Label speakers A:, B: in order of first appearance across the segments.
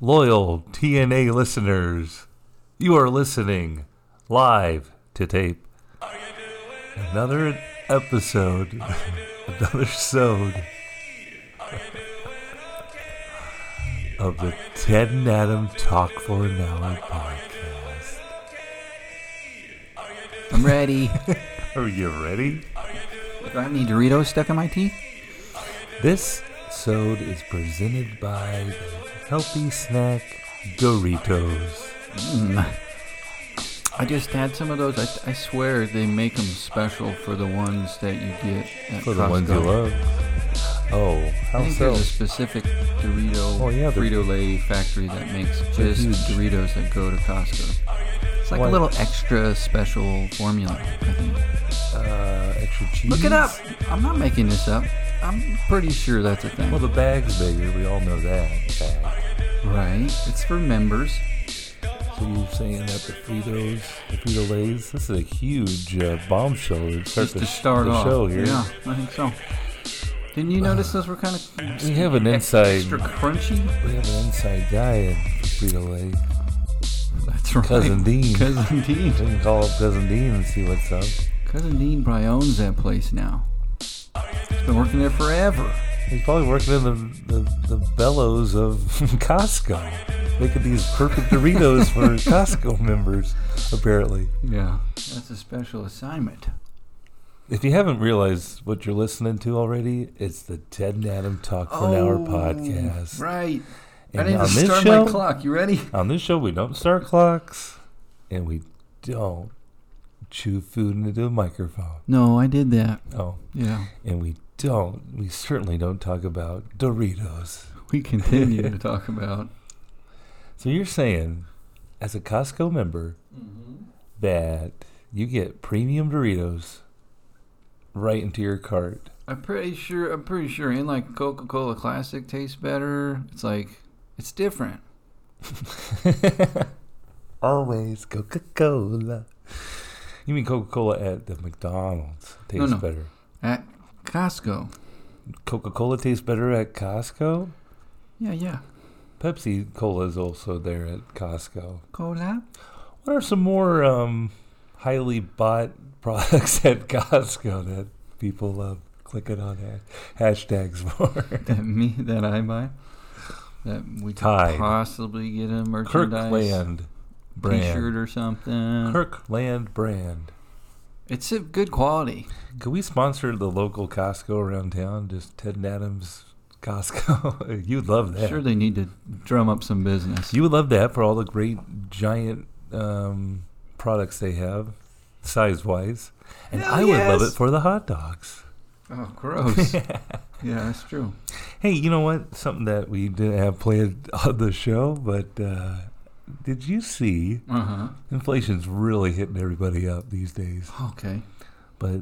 A: Loyal TNA listeners, you are listening live to tape. Another episode, another sode of the Ted and Adam Talk for an Hour podcast.
B: I'm ready.
A: Are you ready?
B: Do I have any Doritos stuck in my teeth?
A: This sode is presented by the Healthy Snack Doritos.
B: I just had some of those. I, I swear they make them special for the ones that you get at
A: For
B: Costco.
A: the ones you love. Oh,
B: I
A: how
B: think
A: so?
B: there's a specific Dorito
A: Oh, yeah, they're-
B: Frito Lay factory that makes
A: They're
B: just
A: huge.
B: Doritos that go to Costco. It's like
A: Why-
B: a little extra special formula. I think.
A: Uh, extra cheese.
B: Look it up. I'm not making this up. I'm pretty sure that's a thing.
A: Well, the bag's bigger. We all know that. Bag.
B: right? It's for members.
A: So you're saying that the Fritos, the Frito Lays, this is a huge uh, bombshell to start
B: Just
A: the,
B: to start
A: the
B: off.
A: show here.
B: Yeah, I think so. Didn't you notice those were kind of
A: We have an inside,
B: extra crunchy?
A: we have an inside guy in Frito Lay.
B: That's right.
A: Cousin Dean.
B: Cousin Dean.
A: We can call up Cousin Dean and see what's up.
B: Cousin Dean probably owns that place now. He's been working there forever.
A: He's probably working in the, the, the bellows of Costco, making these perfect Doritos for Costco members, apparently.
B: Yeah. That's a special assignment.
A: If you haven't realized what you're listening to already, it's the Ted and Adam Talk for an Hour podcast.
B: Oh, Right. I
A: And
B: need to
A: on this
B: start
A: show,
B: my clock. You ready?
A: On this show, we don't start clocks, and we don't chew food into a microphone.
B: No, I did that.
A: Oh,
B: Yeah.
A: and we don't. We certainly don't talk about Doritos.
B: We continue to talk about.
A: So you're saying, as a Costco member, Mm-hmm. that you get premium Doritos right into your cart.
B: I'm pretty sure. I'm pretty sure. And like Coca-Cola Classic tastes better. It's like it's different.
A: Always Coca Cola. You mean Coca Cola at the McDonald's tastes
B: no.
A: better?
B: At Costco.
A: Coca Cola tastes better at Costco.
B: Yeah, yeah.
A: Pepsi Cola is also there at Costco.
B: Cola.
A: What are some more um, highly bought products at Costco that people love clicking on ha- hashtags for?
B: That me that I buy. That we could
A: Tide.
B: possibly get a merchandise
A: Kirkland brand.
B: T-shirt or something.
A: Kirkland brand.
B: It's a good quality.
A: Could we sponsor the local Costco around town? Just Ted and Adams Costco. You'd love that.
B: Sure, they need to drum up some business.
A: You would love that for all the great giant um, products they have, size wise. And
B: Hell
A: I would love
B: yes.
A: it for the hot dogs.
B: oh, gross. yeah, that's true.
A: Hey, you know what? Something that we didn't have planned on the show, but uh, did you see
B: Uh huh.
A: inflation's really hitting everybody up these days?
B: Okay.
A: But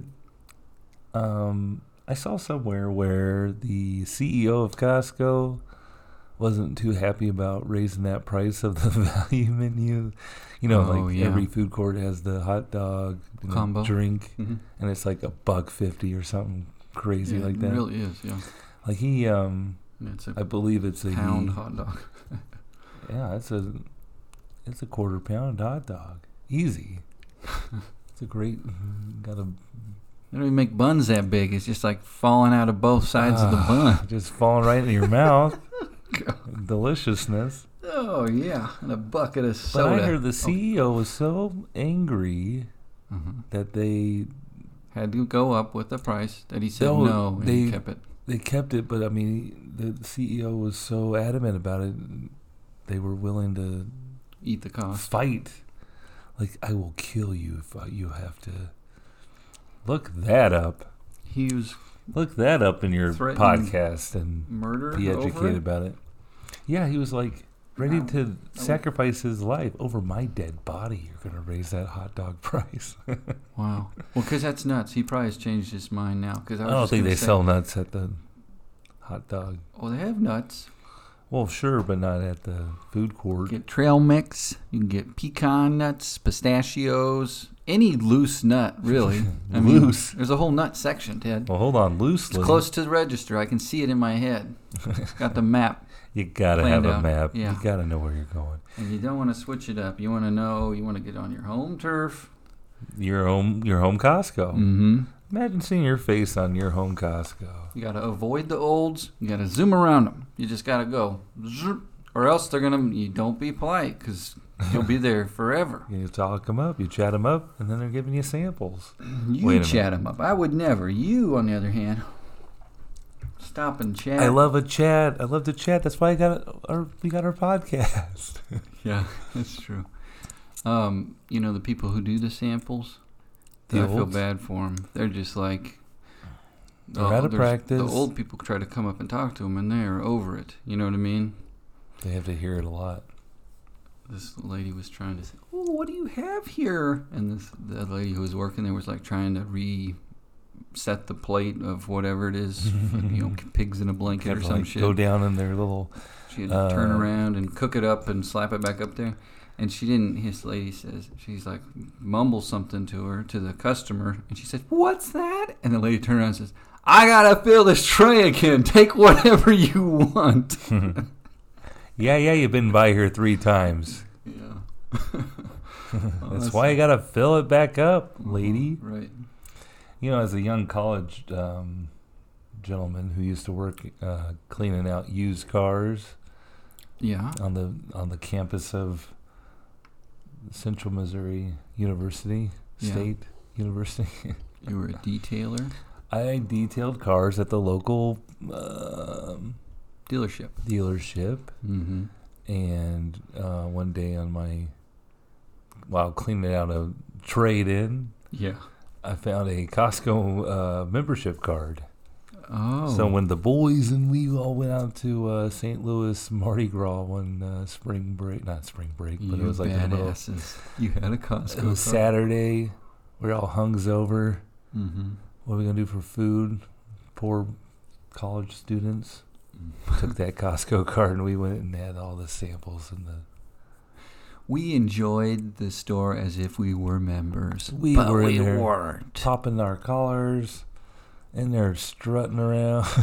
A: um, I saw somewhere where the CEO of Costco wasn't too happy about raising that price of the value menu. You know,
B: Oh,
A: like
B: yeah.
A: every food court has the hot dog you know,
B: Combo.
A: drink,
B: Mm-hmm.
A: and it's like a buck fifty or something crazy like that.
B: It really is. Yeah.
A: Like he, um,
B: It's
A: I
B: a
A: believe it's a he-
B: pound hot dog.
A: Yeah, it's a it's a quarter pound hot dog, easy. it's a great. Got a
B: They don't even make buns that big. It's just like falling out of both sides of the
A: Ah.
B: bun.
A: just falling right into your mouth. Deliciousness.
B: Oh yeah, and a bucket of
A: But
B: soda.
A: I heard the CEO was so angry
B: Mhm.
A: that they
B: had to go up with the price that he said
A: No,
B: no, and
A: they-
B: he kept it.
A: they kept it, but I mean the CEO was so adamant about it, they were willing to
B: Eat the cost.
A: fight. Like I will kill you if I, you have to. Look that up.
B: He was
A: Look that up in your
B: Threaten-
A: podcast and
B: murdered
A: be
B: over
A: educated
B: it.
A: about it. Yeah, he was like ready
B: Wow.
A: to sacrifice his life over my dead body. You're gonna raise that hot dog price.
B: Wow. Well, because that's nuts. He probably has changed his mind now. Because I,
A: I
B: was
A: don't
B: just
A: think
B: gonna
A: they
B: say,
A: sell nuts at the hot dog.
B: Oh, they have nuts.
A: Well, sure, but not at the food court.
B: You get trail mix. You can get pecan nuts, pistachios, any loose nut really. I mean,
A: Loose.
B: There's a whole nut section, Ted.
A: Well, hold on,
B: It's
A: loosely.
B: close to the register. I can see it in my head. It's got the map.
A: You gotta
B: Planned
A: have a
B: out,
A: map.
B: yeah.
A: You gotta know where you're going.
B: And you don't want to switch it up. You want to know. You want to get on your home turf.
A: Your home, your home Costco.
B: Mm-hmm.
A: Imagine seeing your face on your home Costco.
B: You got to avoid the olds. You got to zoom around them. You just got to go, zoom, or else they're gonna. You don't be polite because you'll be there forever.
A: You talk them up, you chat them up, and then they're giving you samples.
B: You
A: Wait a
B: chat them up. I would never. You, on the other hand, stop and chat.
A: I love a chat. I love to chat. That's why I got our we got our podcast.
B: Yeah, that's true. Um, you know the people who do the samples.
A: The
B: I feel
A: olds?
B: bad for them. They're just like uh,
A: They're out of
B: there's-
A: practice.
B: The old people try to come up and talk to them, and they're over it. You know what I mean?
A: They have to hear it a lot.
B: This lady was trying to say, "Oh, what do you have here?" And this the other lady who was working there was like trying to reset the plate of whatever it is, you know, pigs in a blanket
A: Have
B: or
A: to,
B: some
A: like,
B: shit.
A: Go down in their little.
B: She had to turn
A: Uh,
B: around and cook it up and slap it back up there. And she didn't. His lady says she's like mumbles something to her to the customer, and she says, "What's that?" And the lady turns around and says, "I gotta fill this tray again. Take whatever you want."
A: Yeah, yeah. You've been by here three times.
B: Yeah,
A: That's why you gotta fill it back up,
B: Mm-hmm.
A: lady.
B: Right.
A: You know, as a young college um, gentleman who used to work uh, cleaning out used cars
B: Yeah.
A: on the on the campus of Central Missouri University
B: Yeah.
A: State University,
B: You were a detailer,
A: I detailed cars at the local um,
B: dealership.
A: dealership,
B: Mm-hmm.
A: and uh, one day on my while cleaning out a trade in.
B: Yeah.
A: I found a Costco uh, membership card.
B: Oh.
A: So when the boys and we all went out to uh, St. Louis Mardi Gras one uh, spring break, not spring break,
B: you
A: but it was like in the middle.
B: badasses. You had a Costco.
A: It was Saturday. We are all hungover.
B: Mm-hmm.
A: What are we gonna do for food? Poor college students
B: Mm-hmm.
A: took that Costco card and we went and had all the samples and the
B: We enjoyed the store as if we were members.
A: We
B: but
A: were in
B: we
A: there.
B: weren't.
A: popping our collars, and they're strutting around.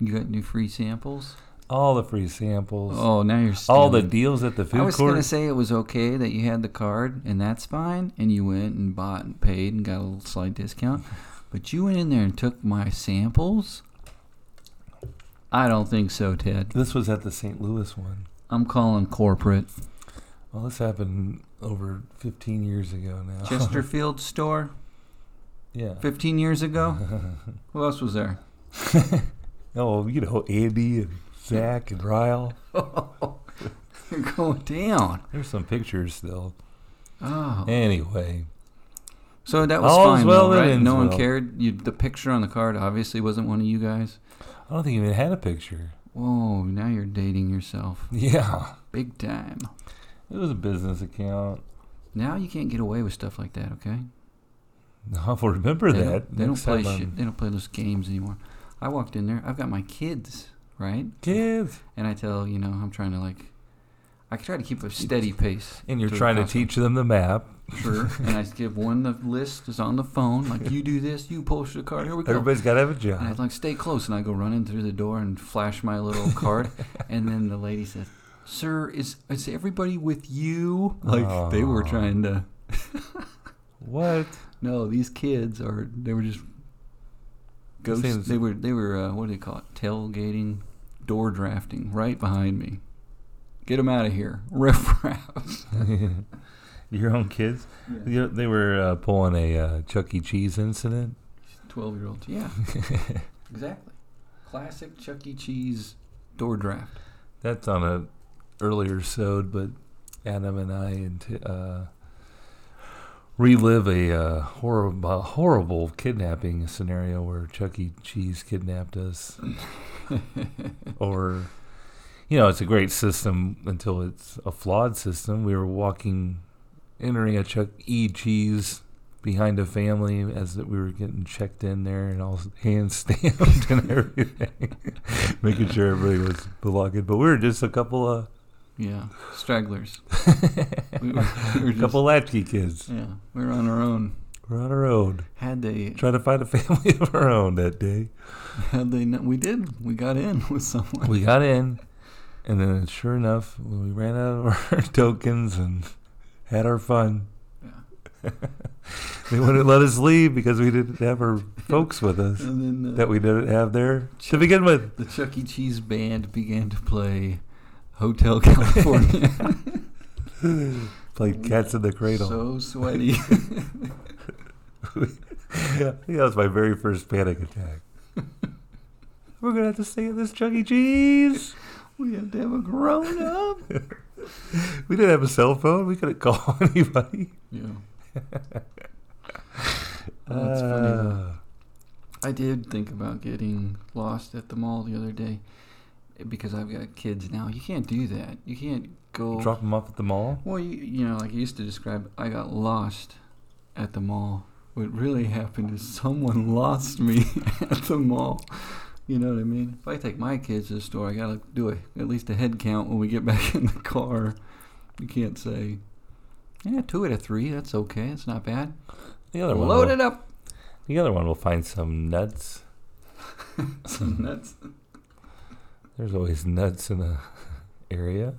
B: You got new free samples?
A: all the free samples.
B: Oh, now you're stealing.
A: All the deals at the food
B: I was
A: court.
B: gonna say it was okay that you had the card, and that's fine, and you went and bought and paid and got a little slight discount. But you went in there and took my samples. I don't think so, Ted.
A: This was at the St. Louis one.
B: I'm calling corporate.
A: Well, this happened over 15 years ago now.
B: Chesterfield store,
A: yeah.
B: 15 years ago. Who else was there?
A: Oh, you know, Andy and Zach and Ryle.
B: You're going down.
A: There's some pictures still.
B: Oh.
A: Anyway,
B: So that was
A: All's
B: fine,
A: well
B: though,
A: that
B: right?
A: ends
B: No one
A: well.
B: cared. You, the picture on the card obviously wasn't one of you guys.
A: I don't think he even had a picture.
B: Whoa, now you're dating yourself
A: Yeah.
B: big time.
A: It was a business account.
B: Now you can't get away with stuff like that, okay?
A: I'll remember
B: they
A: that.
B: Don't, they don't
A: next
B: play
A: time I'm-
B: shit. They don't play those games anymore. I walked in there. I've got my kids, right?
A: Kids.
B: And I tell you know I'm trying to like, I try to keep a steady pace.
A: And you're
B: through the
A: trying to
B: process.
A: teach them the map.
B: Sure. and I give one the list is on the phone. Like you do this, you post the card. Here we go.
A: Everybody's got to have a
B: And
A: job.
B: I'd like stay close, and I go running through the door and flash my little card, and then the lady says, "Sir, is is everybody with you?" Like they were
A: Aw.
B: trying to.
A: What?
B: No, these kids are. They were just. Ghosts.
A: Seems-
B: They were. They were. Uh, what do they call it? Tailgating, door drafting, right behind me. Get them out of here, riff raff.
A: Your own kids? You know, they were uh, pulling a uh, Chuck E. Cheese incident.
B: Twelve year olds. Yeah. exactly. Classic Chuck E. Cheese door draft.
A: That's on a earlier sode, but Adam and I and t- uh, relive a uh, horrible, horrible kidnapping scenario where Chuck E. Cheese kidnapped us, or you know, it's a great system until it's a flawed system. We were walking, entering a Chuck E. Cheese. Behind a family, as that we were getting checked in there and all hand stamped and everything, making sure everybody was belonging. But we were just a couple of
B: Yeah, stragglers. we were, we were just-
A: couple latchkey kids.
B: Yeah, we were on our own.
A: We're on our own,
B: Had they,
A: trying to find a family of our own that day.
B: had they, not, we did. We got in with someone.
A: We got in, And then, sure enough, when we ran out of our tokens and had our fun,
B: Yeah.
A: they wouldn't let us leave because we didn't have our folks with us
B: And then
A: that
B: the,
A: we didn't have there to begin with.
B: the Chuck E. Cheese band began to play Hotel California.
A: Played Cats in the Cradle.
B: So sweaty.
A: yeah, that was my very first panic attack. We're gonna have to stay at this Chuck E. Cheese.
B: we have to have a grown up.
A: We didn't have a cell phone. We couldn't call anybody.
B: Yeah. Oh, That's funny,
A: Uh,
B: though. I did think about getting lost at the mall the other day because I've got kids now. You can't do that. You can't go.
A: Drop them off at the mall.
B: Well, you, you know, like I used to describe, I got lost at the mall. What really happened is someone lost me at the mall. You know what I mean? If I take my kids to the store, I gotta do a, at least a head count when we get back in the car. You can't say, yeah, two out of three. That's okay. That's not bad.
A: The other one.
B: Load
A: Will,
B: it up.
A: the other one will find some nuts.
B: Some nuts.
A: There's always nuts in the area,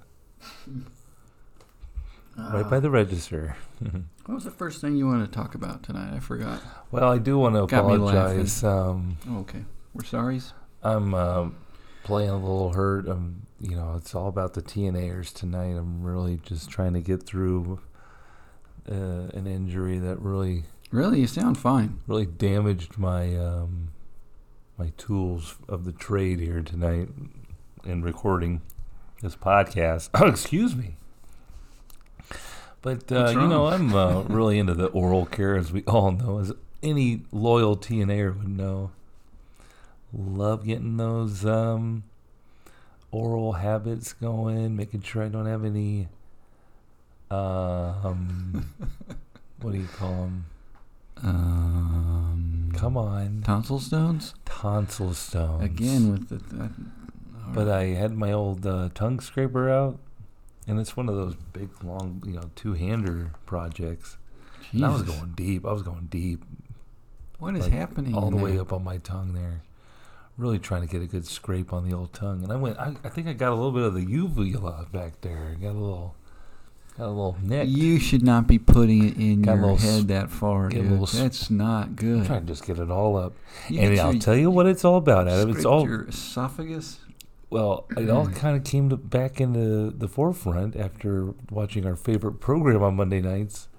A: right by the register.
B: uh, What was the first thing you wanted to talk about tonight? I forgot.
A: well, I do want to
B: Got me
A: apologize. Um,
B: Okay. We're sorries.
A: I'm um, playing a little hurt. I'm, you know, it's all about the TNAers tonight. I'm really just trying to get through uh, an injury that really,
B: Really, you sound fine.
A: really damaged my um, my tools of the trade here tonight in recording this podcast. excuse me. But uh,
B: What's
A: you know, I'm uh, really into the oral care, as we all know, as any loyal TNAer would know. Love getting those um, oral habits going, making sure I don't have any. Um, what do you call them?
B: Um,
A: Come on,
B: Tonsil stones?
A: tonsil stones
B: Again with the. Th- all
A: But
B: right.
A: I had my old uh, tongue scraper out, and it's one of those big, long, you know, two-hander projects. And I was
B: Jesus.
A: going deep. I was going deep,
B: What is
A: like,
B: happening?
A: all the way
B: there?
A: up on my tongue there. Really trying to get a good scrape on the old tongue, and I went. I, I think I got a little bit of the uvula back there. I got a little, got a little nick.
B: You should not be putting it in
A: Got a
B: your
A: little s-
B: head that far,
A: got a
B: dude.
A: little s-
B: That's not good.
A: I'm trying to just get it all up,
B: You
A: and
B: get
A: I'll
B: your-
A: tell you what it's all about. Adam. It's
B: scraped
A: all
B: your esophagus.
A: Well, it all kind of came to, back into the forefront after watching our favorite program on Monday nights.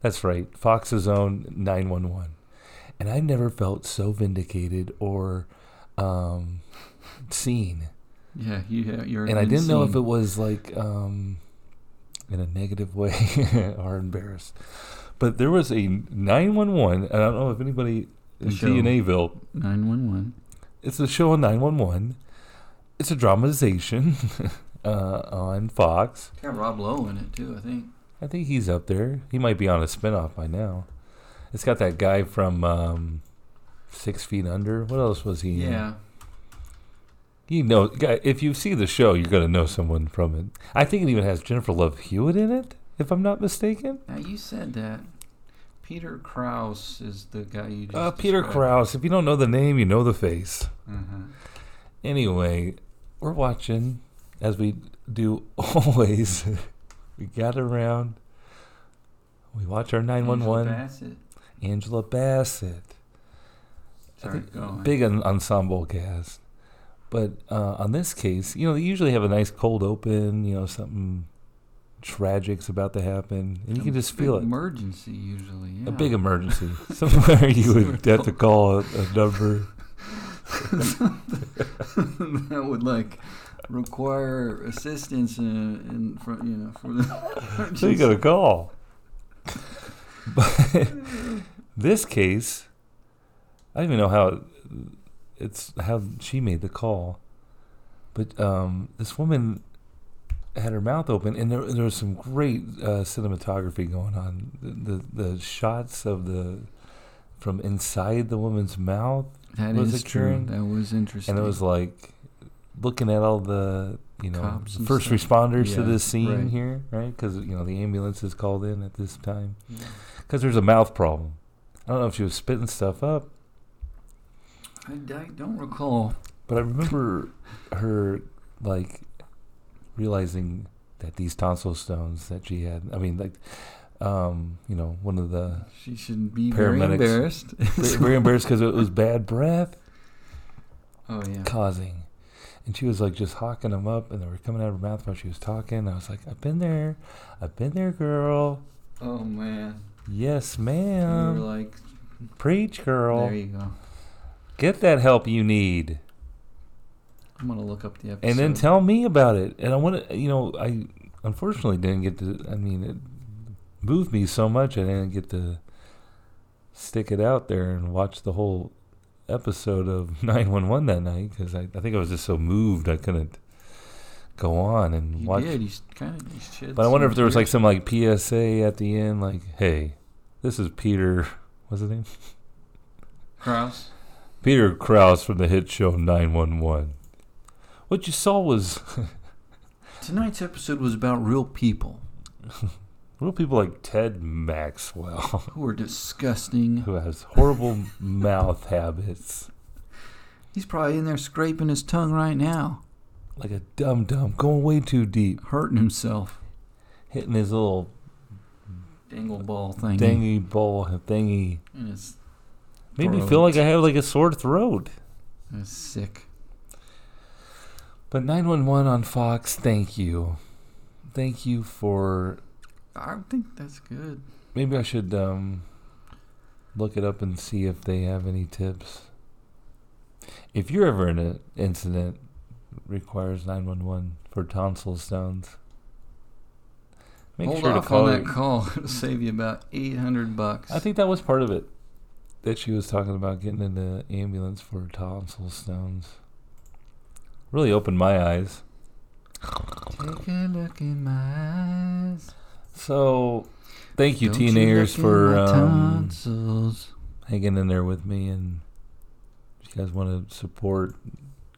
A: That's right, Fox's own 911. And I never felt so vindicated or um, seen.
B: Yeah, you have. You're.
A: and I didn't know if it
B: insane.
A: was like um, in a negative way or embarrassed. But there was a 911, and I don't know if anybody in
B: The show.
A: TNAville
B: 911.
A: it's a show on 911. It's a dramatization uh, on Fox.
B: It's got Rob Lowe in it too, I think.
A: I think he's up there. He might be on a spinoff by now. It's got that guy from um, Six Feet Under. What else was he? in?
B: Yeah.
A: You know, guy- if you see the show, you're going to know someone from it. I think it even has Jennifer Love Hewitt in it, if I'm not mistaken.
B: Now you said that Peter Krause is the guy you just.
A: Uh, Peter
B: described.
A: Krause. If you don't know the name, you know the face.
B: Mhm.
A: Anyway, we're watching as we do always. we gather around. We watch our
B: Angela
A: 911.
B: Bassett.
A: Angela Bassett. I
B: Sorry,
A: think
B: go on.
A: Big en- ensemble cast. But uh, on this case, you know, they usually have a nice cold open, you know, something tragic's about to happen. And you
B: A
A: can just
B: big
A: feel it.
B: Emergency usually. Yeah.
A: A big emergency. Somewhere you would have to call a, a number.
B: that would like require assistance in, in front, you know, for the.
A: So you got to call. But this case, I don't even know how it's how she made the call, but um, this woman had her mouth open, and there, there was some great uh, cinematography going on. The, the the shots of the from inside the woman's mouth,
B: That
A: was
B: is true.
A: occurring,
B: That was interesting.
A: and it was like looking at all the you know
B: Cops and
A: first
B: stuff.
A: responders to
B: Yeah,
A: this scene
B: right.
A: here, right? Because you know the ambulance is called in at this time
B: Yeah.
A: because there's a mouth problem. I don't know if she was spitting stuff up,
B: I, I don't recall.
A: but I remember her like realizing that these tonsil stones that she had, I mean, like, um, you know, one of the
B: She shouldn't be very
A: Paramedics.
B: embarrassed.
A: very embarrassed because it was bad breath
B: oh yeah.
A: causing. And she was like just hawking them up, and they were coming out of her mouth while she was talking. I was like, I've been there, I've been there, girl.
B: Oh man.
A: Yes,
B: You were
A: ma'am.
B: like,
A: Preach, girl.
B: there you go.
A: Get that help you need.
B: I'm gonna look up the episode.
A: and then tell me about it. And I want to, you know, I unfortunately didn't get to. I mean, it moved me so much I didn't get to stick it out there and watch the whole episode of 911 that night because I, I think I was just so moved I couldn't go on and
B: you
A: watch.
B: did. You kind of.
A: But I wonder if there was like some like PSA at the end, like, "Hey, this is Peter." What's his name?
B: Kraus.
A: Peter Krause from the hit show 911. What you saw was
B: Tonight's episode was about real people
A: Real people like Ted Maxwell,
B: who are disgusting.
A: who has horrible mouth habits,
B: He's probably in there scraping his tongue right now,
A: like a dum dum, going way too deep,
B: hurting himself.
A: hitting his little
B: Dangle ball thing.
A: dingy bowl thingy.
B: And it's,
A: Made me feel like I have like a sore throat.
B: and it's sick.
A: But 911 on Fox, thank you. Thank you for.
B: I think that's good.
A: Maybe I should um, look it up and see if they have any tips. If you're ever in an incident requires 911 for tonsil stones, make
B: Hold
A: sure
B: off
A: to call.
B: on
A: your-
B: that call. It'll save you about eight hundred bucks.
A: I think that was part of it that she was talking about getting in the ambulance for tonsil stones. Really opened my eyes.
B: Take a look in my eyes.
A: So, thank you,
B: Don't
A: teenagers,
B: look in
A: for
B: my
A: um,
B: tonsils.
A: hanging in there with me. And if you guys want to support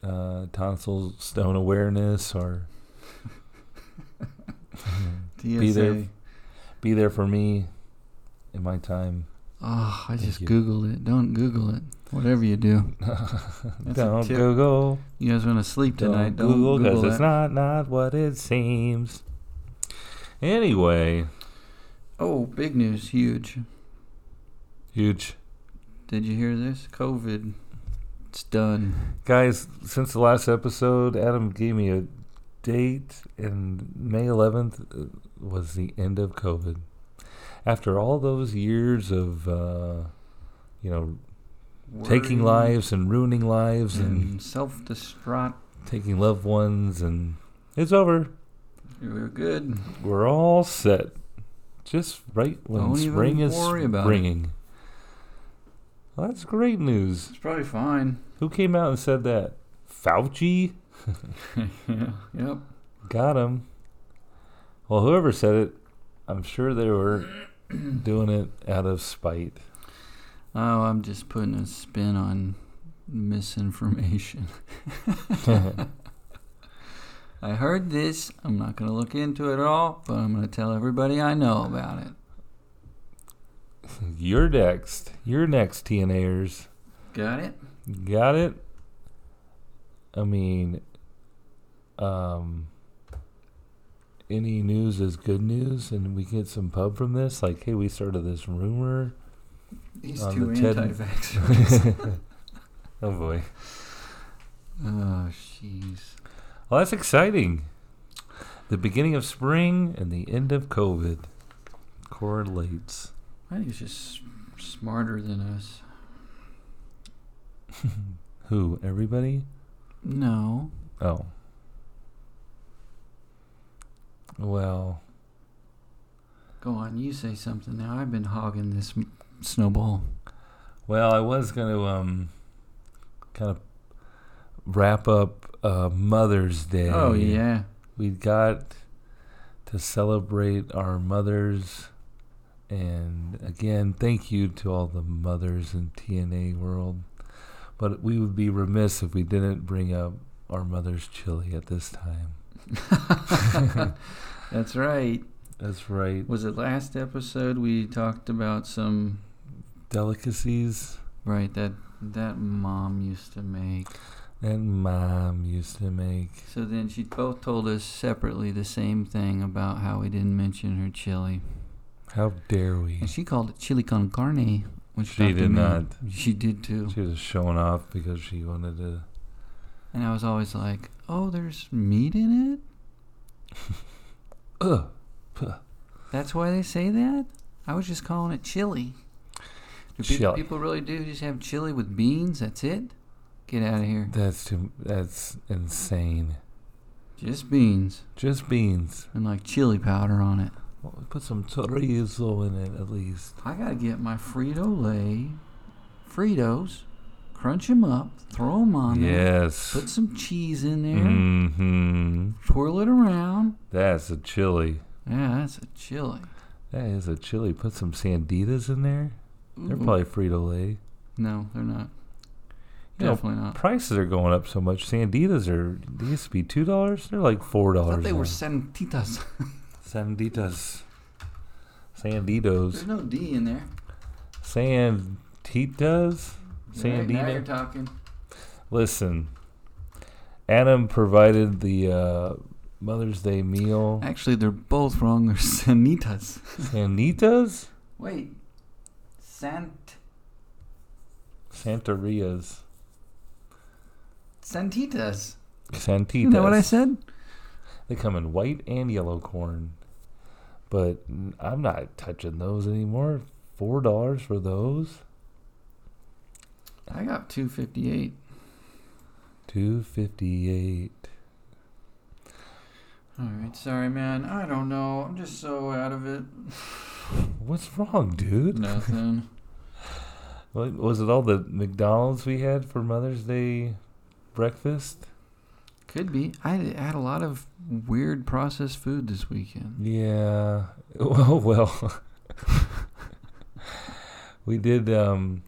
A: uh, tonsil stone awareness or
B: TSA.
A: be there. be there for me in my time,
B: Oh, I
A: Thank
B: just
A: you.
B: googled it. Don't Google it. Whatever you do, That's a
A: don't
B: tip.
A: Google.
B: you guys want to sleep tonight.
A: Don't
B: Don't Google,
A: Google because it's
B: that.
A: not not what it seems. Anyway,
B: Oh, big news, huge.
A: huge
B: Did you hear this? COVID. It's done.
A: guys. Since the last episode, Adam gave me a date, and May 11th uh, was the end of COVID. After all those years of, uh, you know, taking
B: Worry
A: lives and ruining lives and
B: and self-distraught.
A: taking loved ones, and it's over.
B: You were good.
A: We're all set. Just right when
B: Don't even
A: spring is
B: worry about it.
A: springing. Well, that's great news.
B: It's probably fine.
A: Who came out and said that? Fauci?
B: yeah. Yep.
A: Got him. Well, whoever said it, I'm sure they were doing it out of spite.
B: Oh, I'm just putting a spin on misinformation. I heard this. I'm not going to look into it at all, but I'm going to tell everybody I know about it.
A: You're next. You're next, TNAers.
B: Got it?
A: Got it? I mean, um, any news is good news, and we get some pub from this. Like, hey, we started this rumor.
B: These
A: On
B: two
A: the Ted-
B: anti-vaxxers.
A: Oh, boy.
B: oh, jeez.
A: Well, that's exciting. The beginning of spring and the end of COVID correlates.
B: I think it's just s- smarter than us.
A: Who? Everybody?
B: No.
A: Oh. Well,
B: Go on, you say something now. I've been hogging this m- snowball.
A: well, I was going to um kind of wrap up uh, Mother's Day.
B: Oh, yeah.
A: we got to celebrate our mothers and again thank you to all the mothers in TNA world but we would be remiss if we didn't bring up our mother's chili at this time
B: That's right.
A: that's right
B: Was it last episode we talked about some
A: delicacies
B: right that that mom used to make?
A: that mom used to make.
B: So then she both told us separately the same thing about how we didn't mention her chili.
A: How dare we?
B: And she called it chili con carne. Which
A: Hmm. She
B: Dr.
A: did
B: Miller-
A: not.
B: She did too.
A: She was showing off because she wanted to.
B: And I was always like, oh, there's meat in it?
A: Ugh.
B: That's why they say that? I was just calling it chili. Do peop-
A: Chili.
B: people really do just have chili with beans? That's it? Get out of here.
A: That's too. That's insane.
B: Just beans
A: Just beans.
B: and like chili powder on it.
A: Well, Put some chorizo in it at least.
B: I gotta get my Frito Lay Fritos, crunch them up, throw them on there,
A: Yes.
B: put some cheese in there,
A: Mm-hmm.
B: twirl it around.
A: That's a chili.
B: Yeah, that's a chili.
A: That is a chili. Put some sanditas in there. They're
B: Ooh.
A: probably Frito Lay.
B: no, they're not.
A: You know,
B: Definitely not.
A: Prices are going up so much. Sanditas are they used to be two dollars. They're like four
B: I
A: dollars.
B: thought they were santitas.
A: sanditas. Sanditos.
B: There's no D in there.
A: Sanditas.
B: Right, now you're
A: Sandita.
B: talking.
A: Listen, Adam provided the uh, Mother's Day meal.
B: Actually, they're both wrong. They're sanitas.
A: Sanditas.
B: Wait, sant
A: Santorias.
B: santitas.
A: Santitas.
B: You know what I said?
A: They come in white and yellow corn. But I'm not touching those anymore. Four dollars for those.
B: I got two fifty eight.
A: Two fifty eight.
B: All right, sorry, man. I don't know. I'm just so out of it.
A: What's wrong, dude?
B: Nothing.
A: What, was it all the McDonald's we had for Mother's Day breakfast?
B: Could be. I had a lot of weird processed food this weekend.
A: Yeah. Oh well. we did. Um,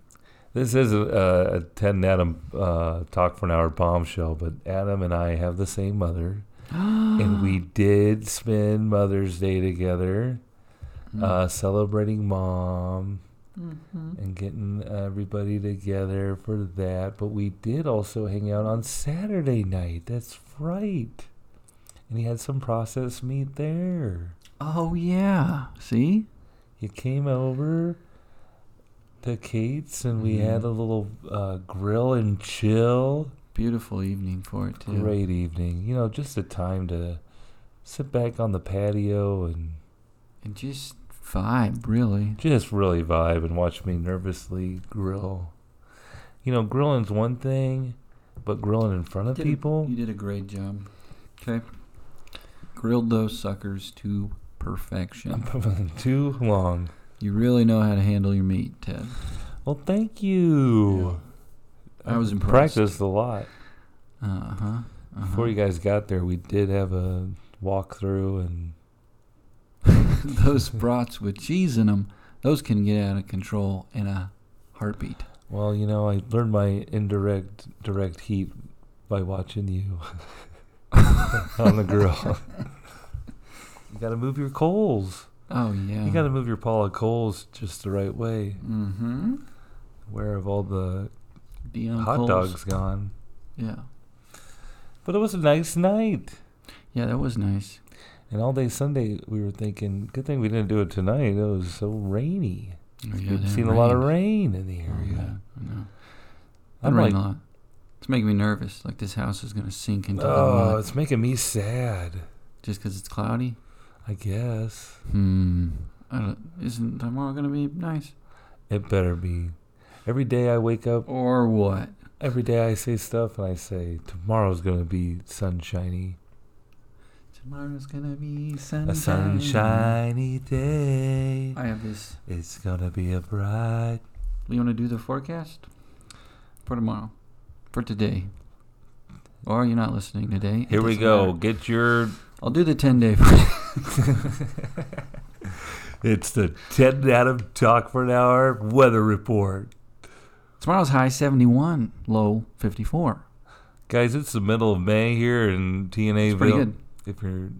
A: this is a, a, a Ted and Adam uh, talk for an hour bombshell, but Adam and I have the same mother, and we did spend Mother's Day together, uh, celebrating mom
B: mm-hmm.
A: and getting everybody together for that. But we did also hang out on Saturday night. That's right. And he had some processed meat there.
B: Oh yeah. See?
A: you came over to Kate's and we had
B: Mhm.
A: a little uh, grill and chill.
B: Beautiful evening for it too.
A: Great evening. You know, just a time to sit back on the patio and
B: And just vibe, really.
A: just really vibe and watch me nervously grill. You know, grilling's one thing, but grilling in front of
B: Did a-
A: people,
B: You did a great job. Okay. Grilled those suckers to perfection.
A: I'm too long.
B: You really know how to handle your meat, Ted.
A: Well, thank you.
B: Yeah. I
A: Uh,
B: was impressed.
A: Practiced a lot.
B: Uh huh. Uh-huh.
A: Before you guys got there, we did have a walkthrough and
B: those brats with cheese in them, those can get out of control in a heartbeat.
A: Well, you know, I learned my indirect direct heat by watching you on the grill. you got to move your coals.
B: Oh yeah.
A: You got to move your pile of coals just the right way.
B: Mm-hmm.
A: Where have all the
B: Dion
A: hot
B: Coles.
A: dogs gone?
B: Yeah.
A: But it was a nice night.
B: Yeah, that was nice.
A: And all day Sunday, we were thinking, good thing we didn't do it tonight. It was so rainy.
B: Yeah,
A: We've
B: that
A: seen a lot of
B: rained.
A: rain in the
B: Oh, yeah,
A: area.
B: I know. That
A: I'm like,
B: rained a lot. It's making me nervous. Like this house is gonna sink into the
A: oh,
B: mud
A: it's making me sad.
B: just because it's cloudy.
A: I guess.
B: Hmm. I don't, isn't tomorrow gonna be nice?
A: It better be. Every day I wake up,
B: Or what?
A: every day I say stuff, and I say, tomorrow's going to be sunshiny.
B: Tomorrow's gonna be sunshine.
A: A sunshiny day.
B: I have this.
A: It's going to be a bright.
B: You want to do the forecast for tomorrow, for today, or you're not listening today. it
A: Here we
B: doesn't
A: go.
B: matter.
A: Get your.
B: I'll do the ten day.
A: It's the Ted and Adam Talk for an Hour weather report.
B: Tomorrow's high seventy one, low fifty four.
A: Guys, it's the middle of May here in TNA.
B: It's pretty good.
A: If you're.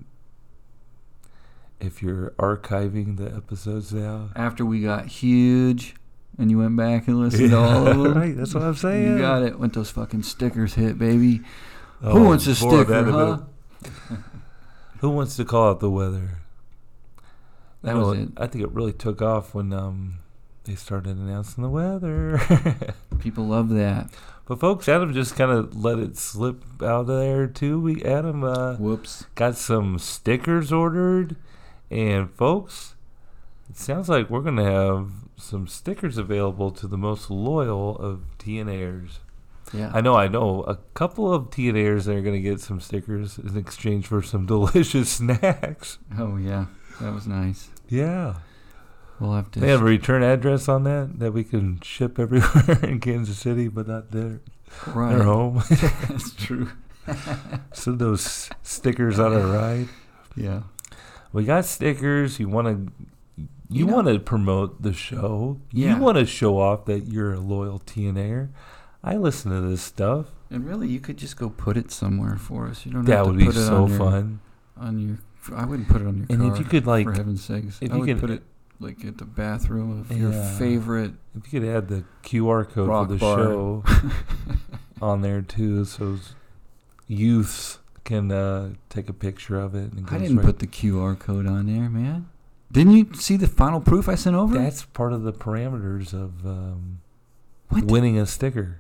A: If you're archiving the episodes now,
B: After we got huge and you went back and listened to all of them.
A: right, that's what I'm saying.
B: You got it. When those fucking stickers hit, baby.
A: Oh,
B: Who wants a
A: boy,
B: sticker,
A: that'd
B: huh?
A: have been- Who wants to call out the weather?
B: That
A: You know,
B: was it.
A: I think it really took off when um, they started announcing the weather.
B: People love that.
A: but folks, Adam just kind of let it slip out of there too. We Adam uh,
B: Whoops.
A: got some stickers ordered, and folks, it sounds like we're gonna have some stickers available to the most loyal of TNAers.
B: Yeah.
A: I know, I know. A couple of TNAers that are gonna get some stickers in exchange for some delicious snacks.
B: oh yeah. That was nice.
A: Yeah.
B: We'll have to.
A: They have a return address on that that we can ship everywhere in Kansas City, but not their their
B: right.
A: home.
B: That's true.
A: Send those s- stickers on a ride.
B: Yeah.
A: We got stickers. You want to you,
B: You know-
A: want to promote the show.
B: Yeah.
A: You want to show off that you're a loyal TNAer. I listen to this stuff.
B: And really, you could just go put it somewhere for us. You don't have
A: that
B: to
A: would be
B: put it
A: so
B: on your,
A: fun.
B: On your, I wouldn't put it on your
A: And
B: car.
A: if you could like
B: for heaven's sakes,
A: if
B: I
A: you
B: would
A: can-
B: put it like at the bathroom of your
A: Yeah.
B: favorite.
A: if you could add the QR code
B: Rock
A: for the
B: bar.
A: show on there too so s- youths can uh, take a picture of it and it
B: I
A: goes
B: didn't
A: right
B: put the QR code on there, man. Didn't you see the final proof I sent over?
A: That's part of the parameters of um,
B: What?
A: winning a sticker.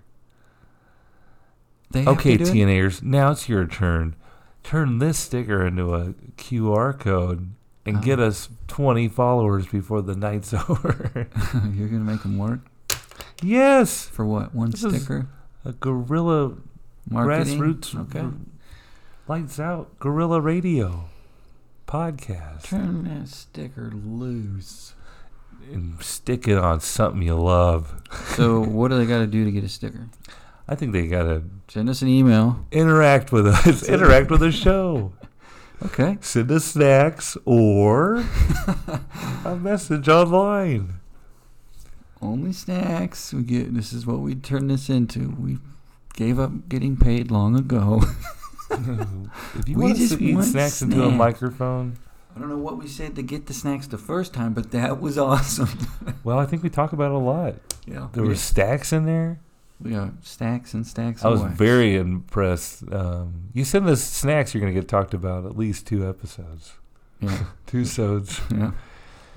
B: They have to
A: Okay,
B: do it?
A: teenagers, now it's your turn. Turn this sticker into a QR code and get
B: Oh.
A: us 20 followers before the night's over.
B: You're gonna make them work
A: yes,
B: for what? One
A: This is
B: sticker?
A: a guerrilla
B: Marketing?
A: grassroots
B: Okay.
A: r- lights out guerrilla radio podcast
B: Turn that sticker loose.
A: and stick it on something you love.
B: So what do they got to do to get a sticker?
A: I think they got to
B: Send us an email.
A: interact with us, interact with the show.
B: Okay.
A: send us snacks or a message online.
B: Only snacks. We get. This is what we turned this into. We gave up getting paid long ago.
A: if you
B: We
A: want us
B: just
A: to eat
B: want
A: snacks into a
B: snacks.
A: microphone,
B: I don't know what we said to get the snacks the first time, but that was awesome.
A: well, I think we talk about it a lot.
B: yeah.
A: There
B: we
A: were stacks in there.
B: yeah, stacks and stacks.
A: I was
B: away.
A: very impressed. Um, you send us snacks, you're going to get talked about at least two episodes,
B: Yeah.
A: two sods,
B: Yeah.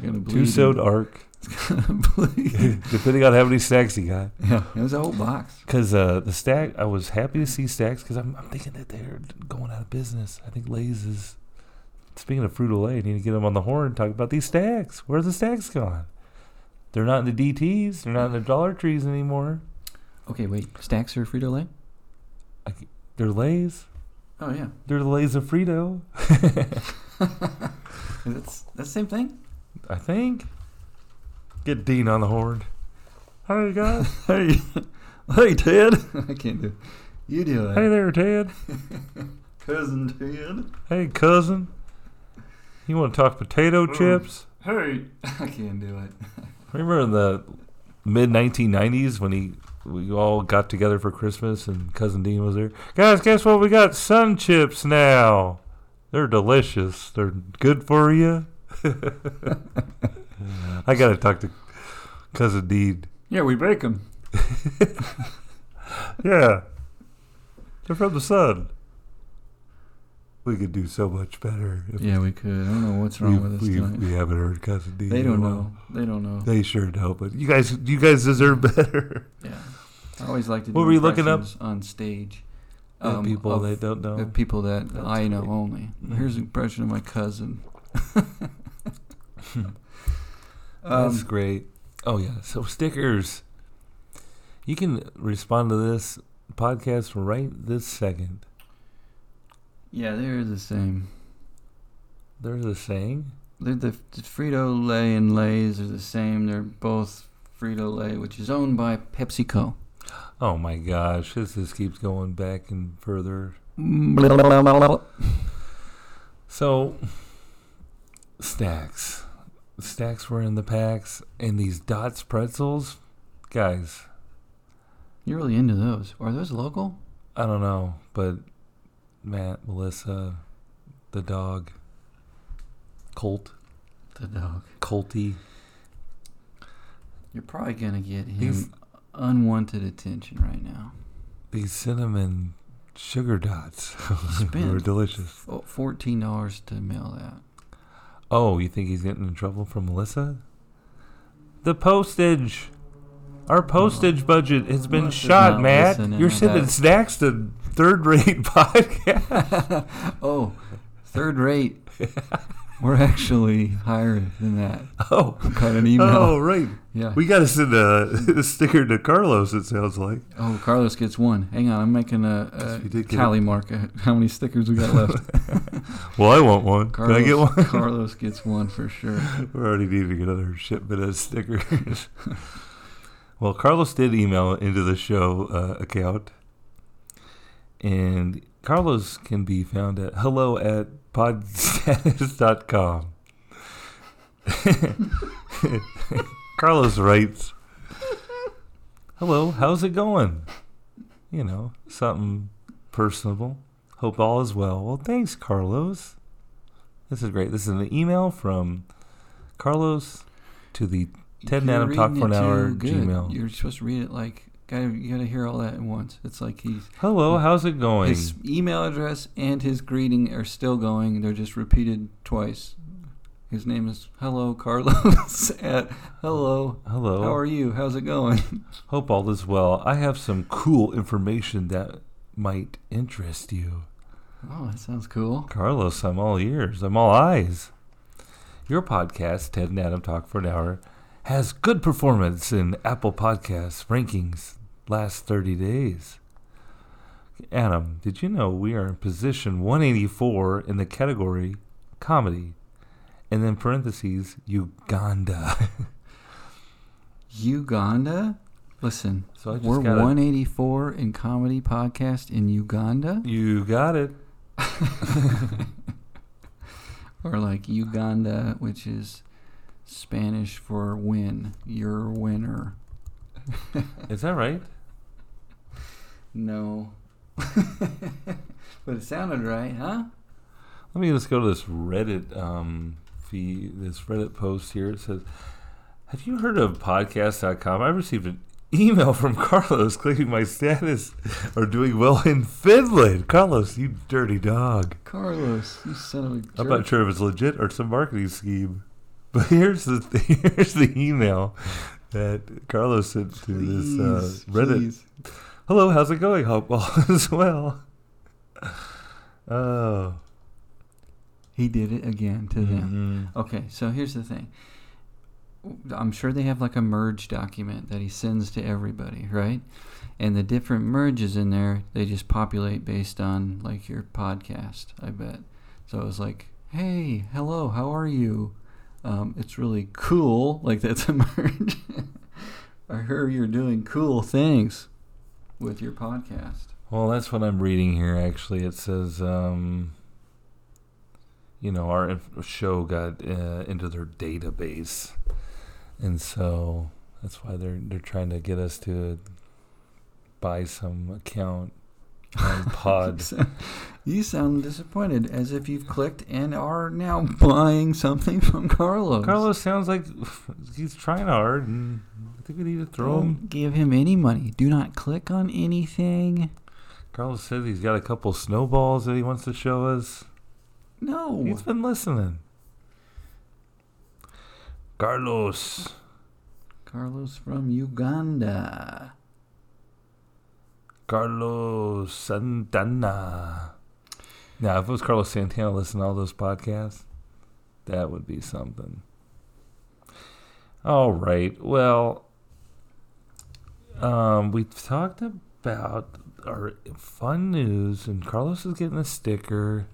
B: Gonna
A: two
B: bleed
A: sod
B: him.
A: arc,
B: Gonna bleed.
A: depending on how many snacks you got.
B: yeah. It was a whole box.
A: Because uh, the stack, I was happy to see stacks because I'm, I'm thinking that they're going out of business. I think Lay's is. Speaking of Fruit of Lay, need to get them on the horn and talk about these stacks. Where are the stacks gone? They're not in the DTs. They're not in the Dollar Trees anymore.
B: Okay, wait. Stacks or Frito Lay?
A: They're Lay's.
B: Oh yeah.
A: They're the Lay's of Frito.
B: That's that's the same thing.
A: I think. Get Dean on the horn. Hi guys.
B: Hey, hey, Ted. I can't do. It. You do it,
A: hey there, Ted.
B: cousin Ted.
A: Hey cousin. You want to talk potato chips?
B: Hey, I can't do it.
A: Remember in the mid 1990s when he we all got together for Christmas and cousin Dean was there. Guys, guess what? We got sun chips now. They're delicious. They're good for you. I gotta talk to cousin Dean.
B: Yeah, we bake them.
A: Yeah, they're from the sun. We could do so much better. If
B: Yeah, we could. I don't know what's
A: we,
B: wrong with us
A: we,
B: tonight.
A: we haven't heard cousin Dean.
B: They
A: in a
B: don't
A: while.
B: know. They don't know.
A: They sure don't. But you guys, you guys deserve better.
B: Yeah, I always like to. Do
A: What were you looking up?
B: impressions on stage?
A: The
B: um,
A: people
B: of-
A: that don't know.
B: of people that
A: That's
B: I know
A: great.
B: only.
A: Mhm.
B: Here's an impression of my cousin.
A: That's
B: um,
A: great. Oh yeah, so stickers. You can respond to this podcast right this second.
B: yeah, they're the same.
A: There's a saying.
B: They're the, the Frito Lay and Lay's are the same. They're both Frito Lay, which is owned by PepsiCo.
A: Oh my gosh, this just keeps going back and further. Mm, So, stacks, stacks were in the packs, and these dots pretzels, guys.
B: You're really into those. Are those local?
A: I don't know, but Matt, Melissa, the dog, Colt,
B: The dog.
A: Colty.
B: You're probably gonna get him
A: He's-
B: unwanted attention right now.
A: These cinnamon sugar dots were
B: Spent
A: delicious.
B: fo- fourteen dollars to mail that.
A: Oh, you think he's getting in trouble from Melissa? The postage. Our postage budget has been
B: Melissa's
A: shot,
B: not
A: Matt.
B: listening
A: You're
B: to
A: sending
B: that.
A: snacks to third-rate podcast.
B: oh, third rate. We're actually higher than that.
A: Oh,
B: Got an email.
A: oh, right.
B: yeah.
A: We got to send a, a sticker to Carlos. It sounds like.
B: oh, Carlos gets one. Hang on, I'm making
A: Yes,
B: a,
A: we
B: a
A: did get
B: tally mark. of How many stickers we got left?
A: Well, I want one.
B: Carlos,
A: Can I get one?
B: Carlos gets one for sure.
A: We're already needing another shipment of stickers. well, Carlos did email into the show uh, account. And Carlos can be found at hello at podstatus.com. Carlos writes Hello, how's it going? You know, something personable. Hope all is well. Well, thanks, Carlos. This is great. This is an email from Carlos to the 10
B: You're
A: Madam Talk
B: reading
A: for an
B: it
A: Hour
B: too good.
A: Gmail.
B: You're supposed to read it like gotta, you gotta hear all that at once. It's like he's
A: Hello,
B: Mm.
A: how's it going?
B: his email address and his greeting are still going. They're just repeated twice. His name is Hello Carlos at Hello.
A: Hello.
B: How are you? How's it going?
A: Hope all is well. I have some cool information that might interest you.
B: Oh, that sounds cool.
A: Carlos, I'm all ears. I'm all eyes. Your podcast, Ted and Adam Talk for an Hour, has good performance in Apple Podcasts rankings last 30 days. Adam, did you know we are in position 184 in the category comedy? And then parentheses, Uganda.
B: Uganda? Listen,
A: So I just
B: we're
A: gotta-
B: 184 in comedy podcast in Uganda.
A: you got it.
B: Or like Uganda, which is Spanish for win. You're a winner.
A: Is that right?
B: No. but it sounded right, huh?
A: Let me just go to this Reddit um, feed, this Reddit post here. It says, Have you heard of podcast.com? I received an email from Carlos claiming my status are doing well in Finland. Carlos, you dirty dog.
B: Carlos, you son of a jerk.
A: I'm not sure if it's legit or some marketing scheme. But here's the here's the email that Carlos sent to this uh, Reddit
B: please.
A: Hello, how's it going? Hope all is well. Oh.
B: He did it again to them.
A: Mhm.
B: Okay, so here's the thing. I'm sure they have like a merge document that he sends to everybody, right? And the different merges in there, they just populate based on like your podcast, I bet. So it was like, hey, hello, how are you? Um, it's really cool. Like that's a merge. I heard you're doing cool things with your podcast.
A: Well, that's what I'm reading here. Actually, it says, um, you know, our inf- show got uh, into their database, and so that's why they're they're trying to get us to buy some account on Pod.
B: So, you sound disappointed, as if you've clicked and are now buying something from Carlos.
A: Carlos sounds like he's trying hard, and I think we need to throw him.
B: Don't give him any money. Do not click on anything.
A: Carlos says he's got a couple snowballs that he wants to show us.
B: No.
A: He's been listening. Carlos.
B: Carlos from Uganda.
A: Carlos Santana. Now, if it was Carlos Santana listening to all those podcasts, that would be something. All right. Well, um, we've talked about our fun news, and Carlos is getting a sticker.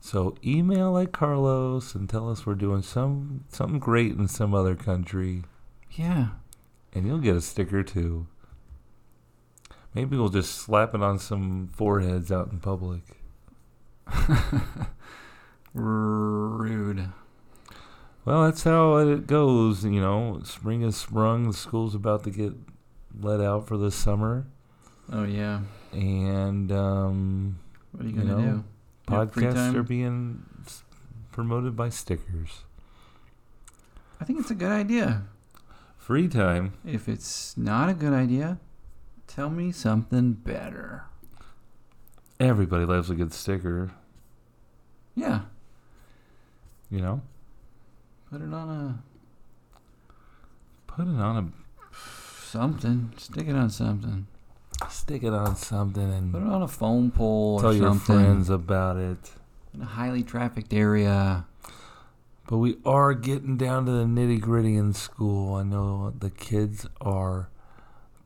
A: So email like Carlos and tell us we're doing some something great in some other country
B: Yeah.
A: and you'll get a sticker too. Maybe we'll just slap it on some foreheads out in public.
B: Rude.
A: Well, that's how it goes, you know. Spring has sprung, the school's about to get let out for the summer,
B: Oh, yeah.
A: and um,
B: What are
A: You
B: you going to
A: know,
B: do? You have free
A: podcasts
B: time?
A: are being s- promoted by stickers.
B: I think it's a good idea.
A: Free time.
B: If it's not a good idea, tell me something better.
A: Everybody loves a good sticker,
B: Yeah,
A: you know?
B: put it on a
A: Put it on
B: something. Stick it on something.
A: a. Stick it on something
B: Put it
A: and
B: on a phone pole
A: tell
B: or
A: your
B: something.
A: friends about it.
B: In a highly trafficked area.
A: But we are getting down to the nitty gritty in school. I know the kids are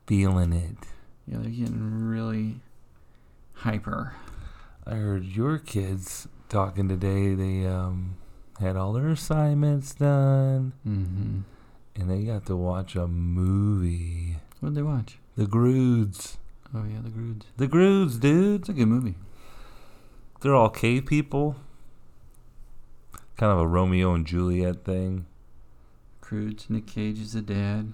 A: feeling it.
B: Yeah, they're getting really hyper.
A: I heard your kids talking today. They um, had all their assignments done
B: Mm-hmm.
A: and they got to watch a movie.
B: What did they watch?
A: The Groods.
B: Oh yeah, The Groods.
A: The Groods, dude.
B: It's a good movie.
A: They're all cave people. Kind of a Romeo and Juliet thing.
B: Crudes. Nick Cage is the dad.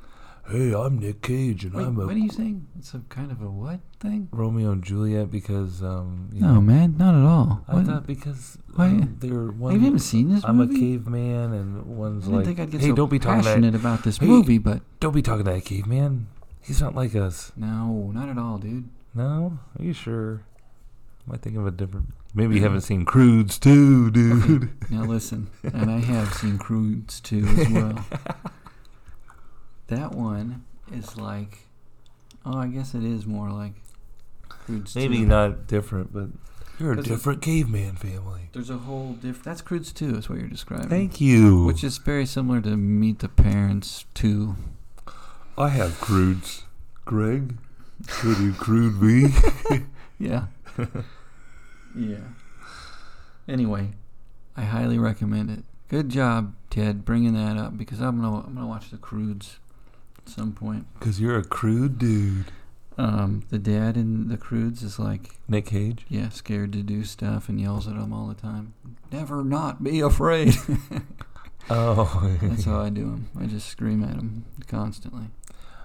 A: Hey, I'm Nick Cage and
B: Wait,
A: I'm a
B: what are you saying? It's a kind of a what thing?
A: Romeo and Juliet because um you
B: No,
A: know,
B: man, not at all.
A: I
B: What-
A: thought because
B: why-
A: um, they're one
B: have you haven't seen this
A: I'm a
B: movie?
A: caveman and
B: I
A: one's
B: didn't
A: like
B: think I'd get
A: Hey,
B: so
A: don't be talking to that-
B: passionate about this
A: Hey.
B: movie, but
A: don't be talking to that caveman. He's not like us.
B: no, not at all, dude.
A: No? Are you sure? Am I thinking of a different Maybe you haven't seen Crudes too, dude.
B: Now listen, and I have seen Crudes too as well. that one is like, oh, I guess it is more like Crudes.
A: Maybe
B: 2.
A: not different, but you're a
B: 'Cause it's-
A: different caveman family.
B: There's a whole diff. That's Crudes too, is what you're describing.
A: Thank you.
B: Which is very similar to Meet the Parents too.
A: I have crudes. Greg, could you crude me?
B: Yeah. yeah. Anyway, I highly recommend it. Good job, Ted, bringing that up because I'm gonna I'm gonna watch the Crudes at some point.
A: Because you're a crude dude.
B: Um, the dad in the Crudes is like,
A: Nick Cage?
B: yeah, scared to do stuff and yells at them all the time. Never not be afraid.
A: Oh.
B: That's how I do him. I just scream at him constantly.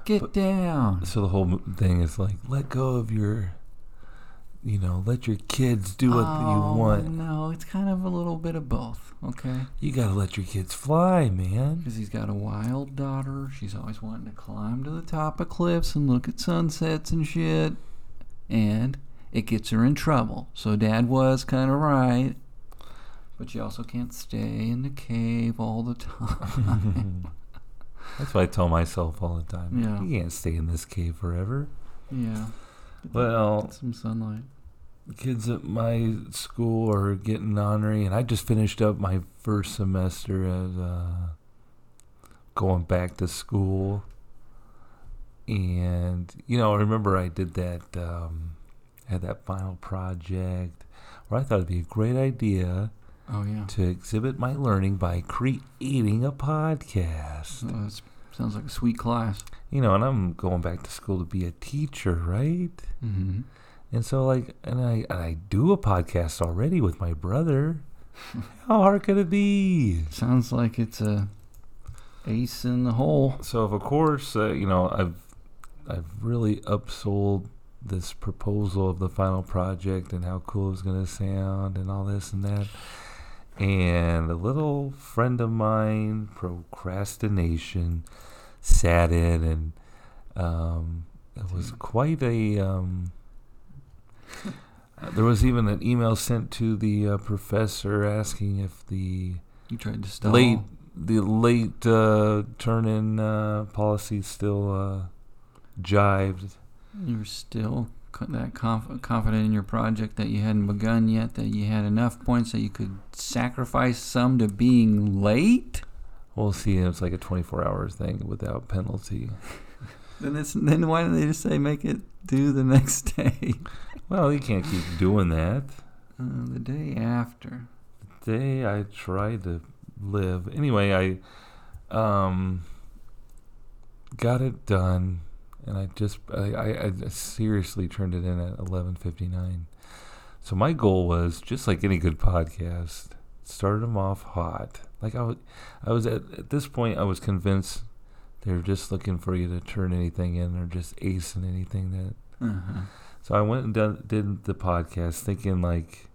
B: Get
A: But-
B: down.
A: so the whole m- thing is like, let go of your, you know, let your kids do what
B: Oh,
A: you want.
B: No, it's kind of a little bit of both. Okay.
A: You gotta let your kids fly, man.
B: Because he's got a wild daughter. She's always wanting to climb to the top of cliffs and look at sunsets and shit. And it gets her in trouble. So dad was kind of right. But you also can't stay in the cave all the time.
A: That's what I tell myself all the time.
B: Yeah.
A: You can't stay in this cave forever.
B: yeah.
A: Well,
B: Get some sunlight.
A: kids at my school are getting honorary, and I just finished up my first semester at uh, going back to school. And you know, I remember I did that um, had that final project where I thought it'd be a great idea
B: Oh, yeah.
A: to exhibit my learning by creating a
B: Oh,
A: podcast.
B: that's- sounds like a sweet class.
A: You know, and I'm going back to school to be a teacher, right?
B: Mm-hmm.
A: And so like and I and I do a podcast already with my brother. How hard could it be?
B: Sounds like it's a ace in the hole.
A: So of course, uh, you know, I've I've really upsold this proposal of the final project and how cool it's going to sound and all this and that. And a little friend of mine, procrastination, sat in and um, it was
B: Dude.
A: quite a. Um, uh, there was even an email sent to the uh, professor asking if the
B: You tried to stall.
A: late the late uh, turn in uh, policy still uh, jived.
B: You're still co- that conf- confident in your project that you hadn't begun yet, that you had enough points that you could sacrifice some to being late.
A: We'll see. It's like a 24 hour thing without penalty.
B: Then it's then why didn't they just say make it due the next day,
A: Well, you can't keep doing that.
B: uh, the day after?
A: Day I tried to live. Anyway, I um, got it done, and I just I, I, I seriously turned it in at 11:59. So my goal was just like any good podcast, started them off hot. Like I was, I was at, at this point I was convinced they're just looking for you to turn anything in or just acing anything that
B: Uh-huh.
A: so I went and done, did the podcast thinking like,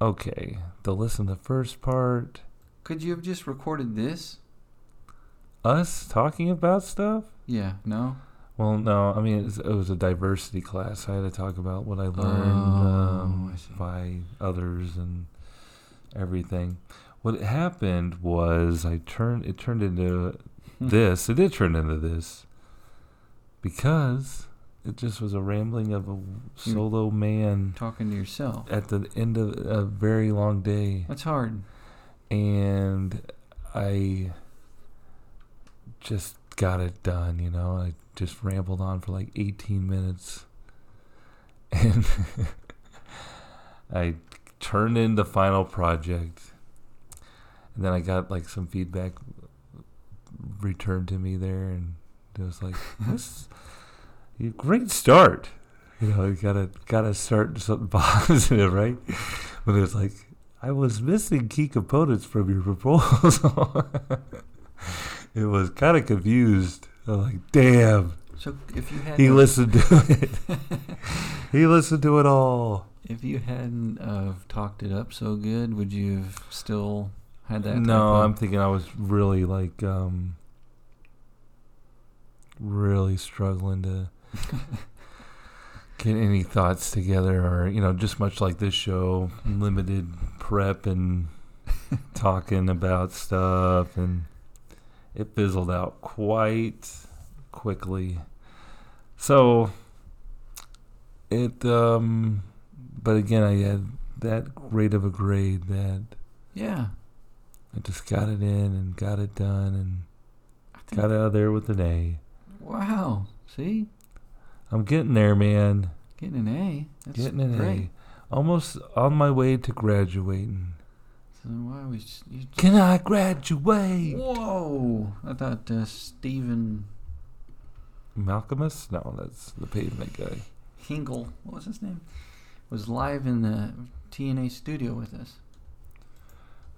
A: okay, they'll listen to the first part.
B: Could you have just recorded this?
A: Us talking about stuff?
B: Yeah. No.
A: Well, no. I mean, it's, it was a diversity class. I had to talk about what I learned
B: Oh, I
A: um,
B: see.
A: by others and everything. What happened was I turned it turned into this. It did turn into this because it just was a rambling of a
B: Mm.
A: solo man
B: Talking to yourself.
A: at the end of a very long day
B: That's hard.
A: and I just got it done, you know. I just rambled on for like 18 minutes, and I turned in the final project, and then I got like some feedback returned to me there, and it was like, "This, you- great start." You know, you gotta gotta start something positive, right? But it's like I was missing key components from your proposal. it was kind of confused. I'm like, damn,
B: So if you had
A: he listened to it. he listened to it all.
B: If you hadn't uh, talked it up so good, would you have still had that?
A: No, I'm
B: type
A: thinking I was really like, um, really struggling to get any thoughts together, or you know, just much like this show, limited prep and talking about stuff, and it fizzled out quite quickly. So it, um, but again, I had that great of a grade that
B: of- yeah,
A: I just got it in and got it done and
B: I think-
A: got out of there with an A.
B: Wow. See,
A: I'm getting there, man.
B: getting an A. That's
A: getting an
B: great.
A: A. Almost on my way to graduating.
B: So why was you?
A: Can I graduate?
B: Whoa! I thought uh, Stephen
A: Malcolmus? No, that's the pavement guy.
B: Hingle, what was his name, was live in the TNA studio with us.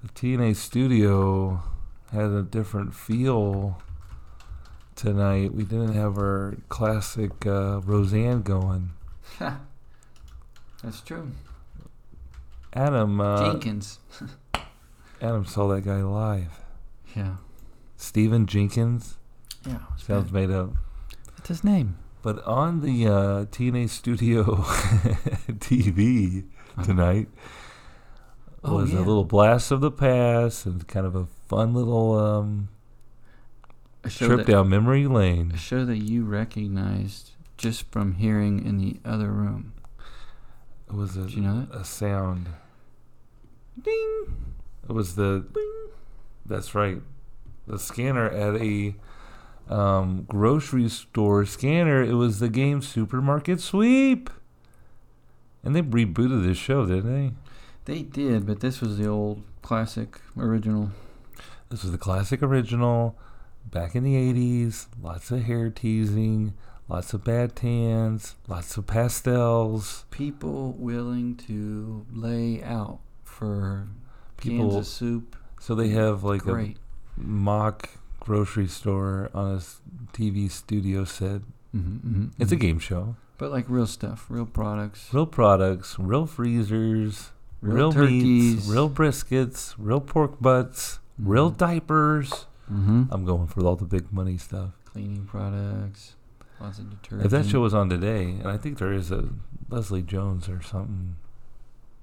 A: The TNA studio had a different feel tonight. We didn't have our classic uh, Roseanne going.
B: That's true.
A: Adam, uh,
B: Jenkins.
A: Adam saw that guy live.
B: Yeah.
A: Stephen Jenkins
B: Yeah. it was
A: sounds
B: bad.
A: made up.
B: That's his name.
A: But on the uh, TNA Studio TV tonight
B: Uh-huh. Oh,
A: was
B: yeah.
A: a little blast of the past and kind of a fun little um,
B: A show
A: trip
B: that-
A: down memory lane.
B: A show that you recognized just from hearing in the other room.
A: It was a,
B: Did you know that?
A: a sound.
B: Ding!
A: It was the. That's right. The scanner at a um, grocery store scanner. It was the game Supermarket Sweep. And they rebooted this show, didn't they?
B: They did, but this was the old classic original.
A: This was the classic original back in the 80s. Lots of hair teasing, lots of bad tans, lots of pastels.
B: People willing to lay out for
A: People,
B: cans of soup.
A: so they have like
B: Great.
A: a mock grocery store on a s- TV studio set.
B: Mhm, mhm,
A: It's a
B: mhm.
A: game show.
B: But like real stuff, real products,
A: Real products, real freezers, real, meats, real briskets, real pork butts, real um,
B: Mhm.
A: diapers.
B: Mhm.
A: I'm going for all the big money stuff.
B: cleaning products, lots of detergent.
A: If that show was on today, and I think there is a Leslie Jones or something,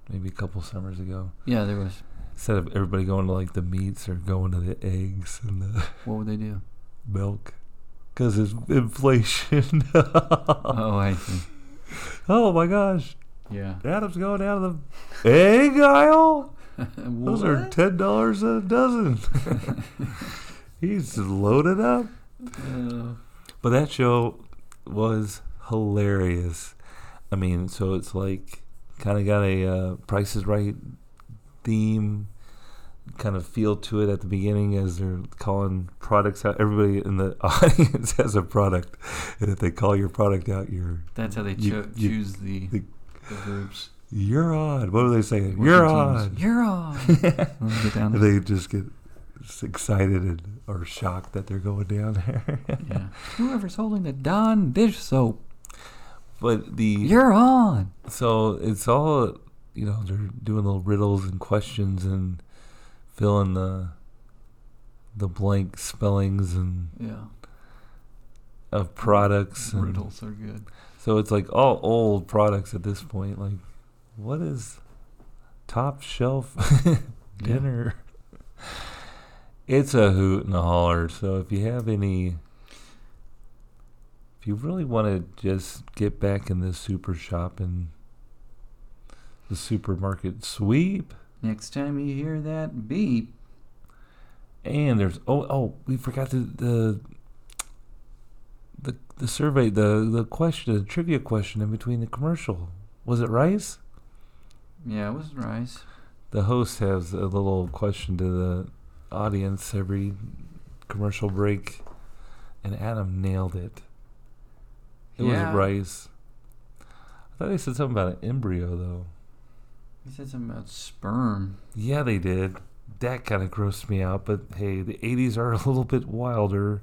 A: maybe a couple summers ago,
B: yeah, there was.
A: instead of everybody going to like the meats or going to the eggs and the
B: What would they do?
A: milk, because it's inflation.
B: oh, I see.
A: oh my gosh,
B: Yeah.
A: Adam's going out of the egg aisle. Those are
B: What?
A: ten dollars a dozen. He's loaded up.
B: Uh,
A: But that show was hilarious. I mean, so it's like kind of got a uh, Price is Right theme kind of feel to it at the beginning as they're calling products out. Everybody in the audience has a product, and if they call your product out, you're
B: That's how they
A: You-
B: cho-
A: you-
B: choose the, the,
A: the-
B: groups.
A: you're on. What are they saying?
B: Working
A: You're
B: teams.
A: on.
B: You're on. Let's get down.
A: They just get s- excited and are shocked that they're going down there.
B: yeah. Whoever's holding the Dawn dish soap,
A: But the
B: you're on.
A: So it's all, you know, they're doing little riddles and questions and filling the the blank spellings and
B: Yeah.
A: of products. And,
B: Riddles are good.
A: So it's like all old products at this point. Like, what is top shelf
B: Yeah.
A: dinner? It's a hoot and a holler. So if you have any, if you really want to just get back in the super shop and the supermarket sweep,
B: Next time you hear that beep,
A: and there's oh oh we forgot the the the, the survey the the question the trivia question in between the commercial was it rice?
B: yeah, it was rice.
A: The host has a little question to the audience every commercial break, and Adam nailed it. It
B: Yeah.
A: was rice. I thought they said something about an embryo, though.
B: He said something about sperm.
A: Yeah, they did. That kind of grossed me out, but hey, the 80s are a little bit wilder.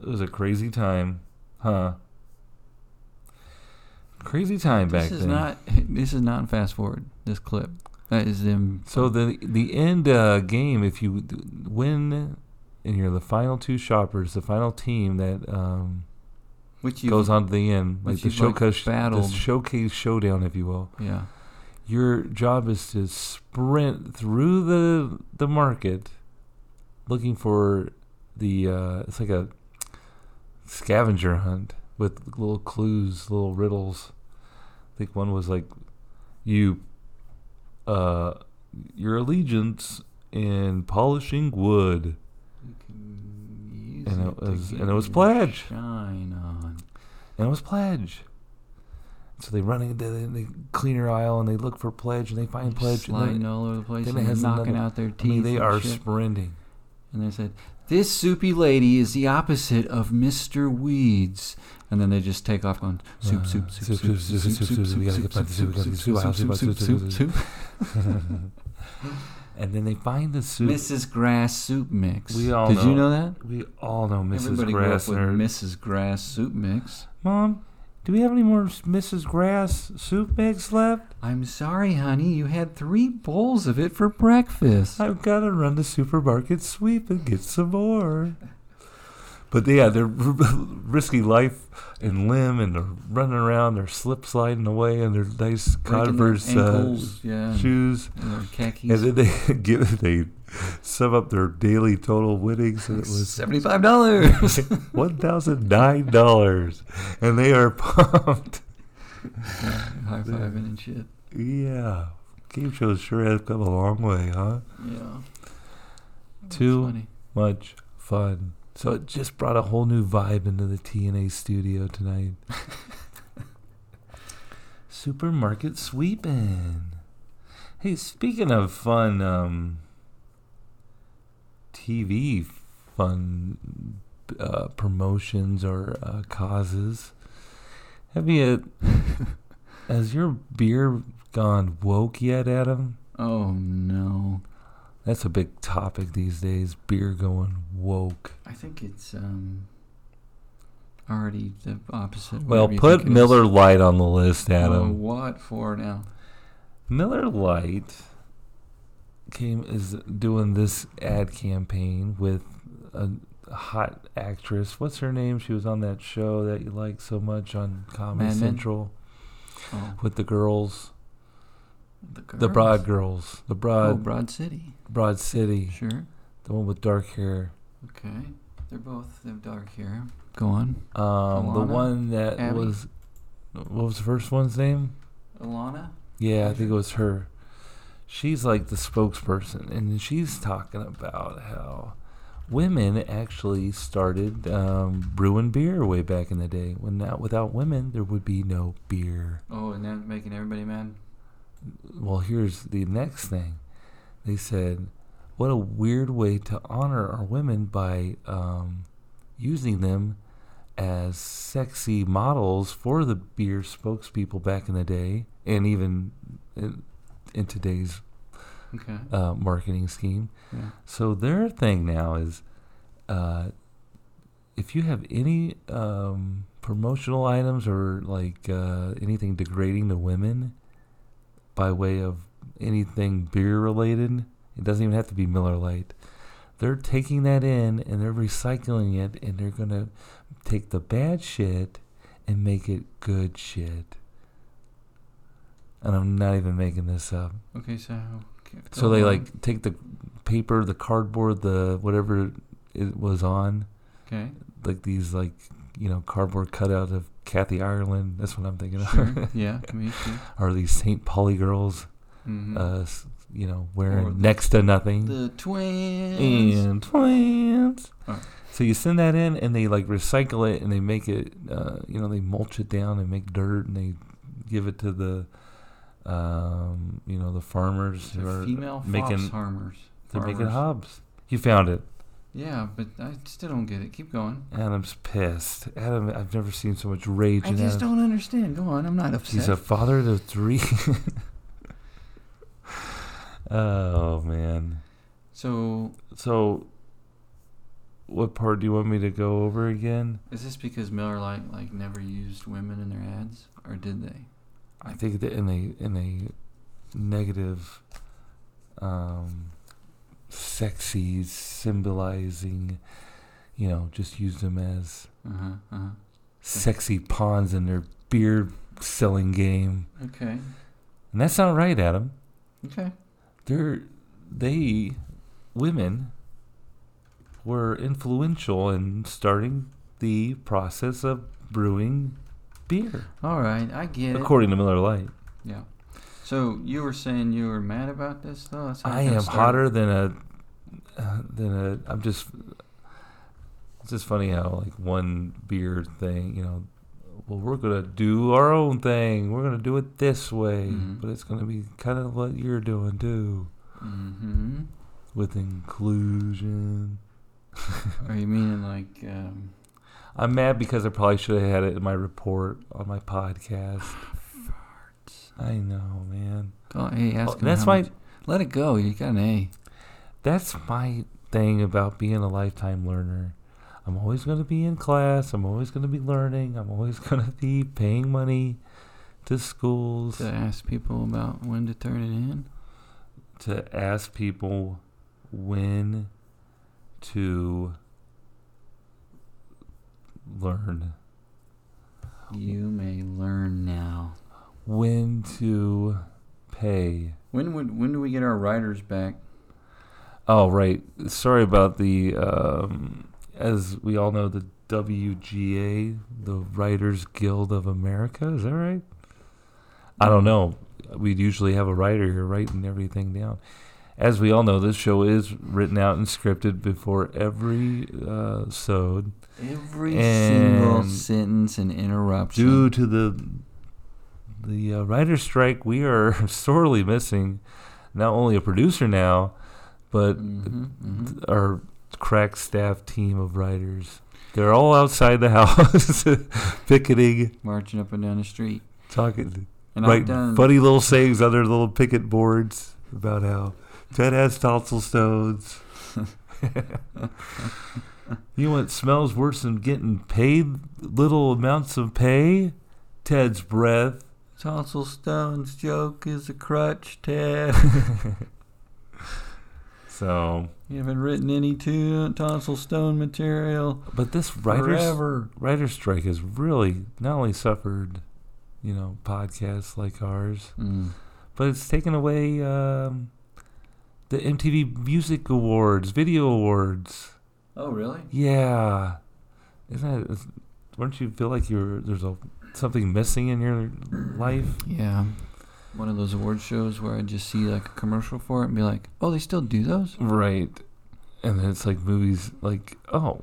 A: It was a crazy time, huh? Crazy time back
B: this is
A: then.
B: not. This is not fast forward. This clip. That is them.
A: So the the end uh, game, if you d- win, and you're the final two shoppers, the final team that um,
B: which you
A: goes on to the end,
B: but
A: like the
B: you've, like,
A: showcase, the
B: battled.
A: showcase showdown, if you will.
B: Yeah.
A: Your job is to sprint through the the market, looking for the uh, it's like a scavenger hunt with little clues, little riddles. I think one was like you uh your allegiance in polishing wood.
B: You can use
A: And it
B: to
A: was-
B: get
A: and it was
B: your
A: pledge.
B: Shine on.
A: And it was pledge. So they run into the, the cleaner aisle and they look for pledge and they find pledge.
B: Sliding
A: and then,
B: all over the place
A: then
B: and
A: it has
B: knocking
A: another-
B: out their
A: I
B: teeth.
A: mean, they
B: and
A: are
B: shit.
A: sprinting.
B: And they said, This soupy lady is the opposite of Mr. Weeds. And then they just take off on soup, soup, soup, soup, soup, soup, soup, soup,
A: We gotta
B: soup,
A: get back
B: soup,
A: to soup,
B: soup,
A: we gotta
B: soup,
A: get soup,
B: soup,
A: soup,
B: soup,
A: soup,
B: soup, soup, soup.
A: and then they find the soup.
B: Mrs. Grass soup mix.
A: We all
B: Did you know
A: know.
B: that?
A: we all know Mrs.
B: Everybody grew up with
A: Grassner.
B: Mrs. Grass soup mix.
A: Mom, do we have any more s- Mrs. Grass soup mix left?
B: I'm sorry, honey. You had three bowls of it for breakfast.
A: I've got to run the supermarket sweep and get some more. But yeah, they're risky life and limb, and they're running around. They're slip sliding away, and their nice
B: Breaking their
A: Converse uh,
B: ankles, yeah,
A: shoes.
B: and their
A: And
B: khakis.
A: then they give they sum up their daily total winnings, and it was
B: Seventy-five dollars.
A: one thousand nine dollars, and they are pumped.
B: High fiving and shit.
A: Yeah, game shows sure have come a long way, huh?
B: Yeah. That's
A: Two.
B: funny.
A: Much fun. So it just brought a whole new vibe into the TNA studio tonight. Supermarket sweeping. Hey, speaking of fun, um, TV fun uh, promotions or uh, causes. Have you? has your beer gone woke yet, Adam?
B: Oh no.
A: That's a big topic these days. Beer going woke.
B: I think it's um already the opposite.
A: Well,
B: whatever you
A: put
B: think it is.
A: Miller Lite on the list,
B: Oh,
A: Adam.
B: what for now?
A: Miller Lite came is doing this ad campaign with a hot actress. What's her name? She was on that show that you like so much on Comedy
B: Mad Men?
A: Central
B: Oh,
A: with the girls,
B: the,
A: the
B: girls?
A: broad girls, the
B: Oh,
A: broad
B: Broad City.
A: broad city,
B: Sure.
A: the one with dark hair.
B: Okay. They're both they have dark hair. Go on.
A: Um, the
B: Alana?
A: one that
B: Abby?
A: was what was the first one's name?
B: Alana.
A: Yeah, I think
B: Pleasure.
A: it was her. She's like the spokesperson, and she's talking about how women actually started um, brewing beer way back in the day. When not without women, there would be no beer.
B: Oh, and then making everybody mad.
A: Well, here's the next thing. They said, "What a weird way to honor our women by um, using them as sexy models for the beer spokespeople back in the day, and even in, in today's
B: Okay.
A: uh, marketing scheme.
B: Yeah.
A: So their thing now is, uh, if you have any um, promotional items or like uh, anything degrading to women, by way of anything beer related, it doesn't even have to be Miller Lite. They're taking that in and they're recycling it and they're going to take the bad shit and make it good shit. And I'm not even making this up.
B: Okay, so how-
A: So
B: Uh-huh.
A: they like take the paper, the cardboard, the whatever it was on,
B: okay,
A: like these like you know cardboard cutout of Kathy Ireland. That's what I'm thinking
B: sure,
A: of.
B: yeah, me too.
A: Or these St. Pauli girls,
B: Mhm.
A: uh, s- you know,
B: Or the-
A: wearing next to nothing.
B: the twins.
A: and twins.
B: Alright.
A: So you send that in, and they like recycle it, and they make it. Uh, you know, they mulch it down and make dirt, and they give it to the, um, you know, the farmers who
B: They're
A: are
B: female
A: making-
B: fox farmers.
A: they're making
B: farmers.
A: hobs. You found it.
B: Yeah, but I still don't get it. Keep going.
A: Adam's pissed. Adam, I've never seen so much rage
B: I
A: in
B: just
A: Adam.
B: don't understand. Go on, I'm not upset.
A: He's a father to three. oh man.
B: so
A: So, what part do you want me to go over again?
B: is this because Miller Lite like never used women in their ads, or did they?
A: I think that in a in a negative, um, sexy symbolizing, you know, just use them as
B: Uh huh. Uh huh.
A: uh-huh. sexy pawns in their beer selling game,
B: Okay.
A: and that's not right, Adam.
B: Okay.
A: They're they women were influential in starting the process of brewing beer,
B: All right. I get it.
A: according to Miller Lite.
B: Yeah. So you were saying you were mad about this, though. That's how
A: I
B: it kinda
A: am
B: started.
A: hotter than a than a. I'm just. It's just funny how like one beer thing, you know. Well, we're gonna do our own thing. We're gonna do it this way,
B: Mhm.
A: but it's gonna be kind of what you're doing too,
B: Mhm.
A: with inclusion.
B: Are you meaning like? Um,
A: I'm mad because I probably should have had it in my report on my podcast. I know, man.
B: oh, hey, ask
A: Oh,
B: him
A: that's
B: how
A: my
B: much- Let it go. You got an A.
A: that's my thing about being a lifetime learner. I'm always going to be in class. I'm always going to be learning. I'm always going to be paying money to schools
B: to ask people about when to turn it in.
A: to ask people when to learn,
B: You may learn now.
A: when to pay.
B: When would when do we get our writers back?
A: Oh, right. Sorry about the, um, as we all know, the WGA, the Writers Guild of America. Is that right? I don't know. We'd usually have a writer here writing everything down. As we all know, this show is written out and scripted before every uh, sode
B: Every single
A: And-
B: sentence and interruption.
A: due to the the uh, writer's strike, we are sorely missing not only a producer now, but
B: Mhm, mhm.
A: our crack staff team of writers. They're all outside the house, picketing,
B: marching up and down the street.
A: talking,
B: And I've
A: writing
B: done
A: funny little sayings on their little picket boards about how Ted has tonsil stones. you know what smells worse than getting paid little amounts of pay? Ted's breath.
B: Tonsil Stone's joke is a crutch, Ted.
A: So,
B: you haven't written any to Tonsil Stone material
A: but this writer's
B: forever.
A: writer's strike has really not only suffered, you know, podcasts like ours,
B: Mm.
A: but it's taken away um, the MTV Music Awards, Video Awards.
B: Oh, really?
A: Yeah, isn't that? is- Don't you feel like you're there's a something missing in your life?
B: Yeah. One of those award shows where I just see like a commercial for it and be like, oh, they still do those?
A: Right, and then it's like movies like oh,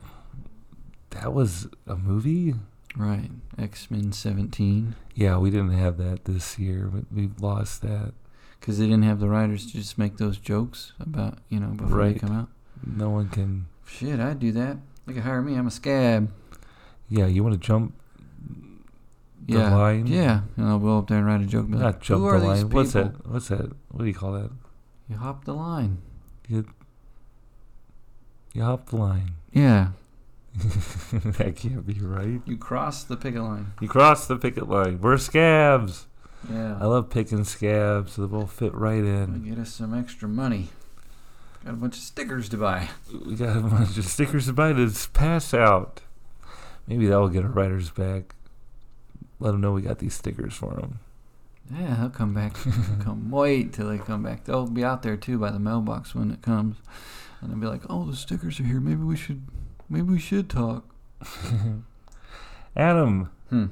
A: that was a movie.
B: Right. X Men 17.
A: Yeah, we didn't have that this year. We- We've lost that.
B: Because they didn't have the writers to just make those jokes about, you know, before
A: Right.
B: they come out.
A: No one can.
B: Shit, I'd do that. They could hire me. I'm a scab.
A: Yeah, you want to jump the
B: yeah.
A: line?
B: Yeah. And I'll go up there and write a joke. and be
A: Not
B: Like,
A: jump
B: Who
A: the
B: are these
A: line.
B: people?
A: What's that? What's that? What do you call that?
B: You hop the line.
A: You hop the line.
B: Yeah.
A: that can't be right.
B: You cross the picket line.
A: You cross the picket line. We're scabs.
B: Yeah.
A: I love picking scabs. They will fit right
B: Gonna
A: in.
B: get us some extra money. Got a bunch of stickers to buy.
A: We got a bunch of stickers to buy to s- pass out. Maybe that'll get our writers back. Let them know we got these stickers for them.
B: Yeah, they'll come back. come wait till they come back. They'll be out there too by the mailbox when it comes, and they'll be like, "Oh, the stickers are here. Maybe we should, maybe we should talk."
A: Adam,
B: Hmm.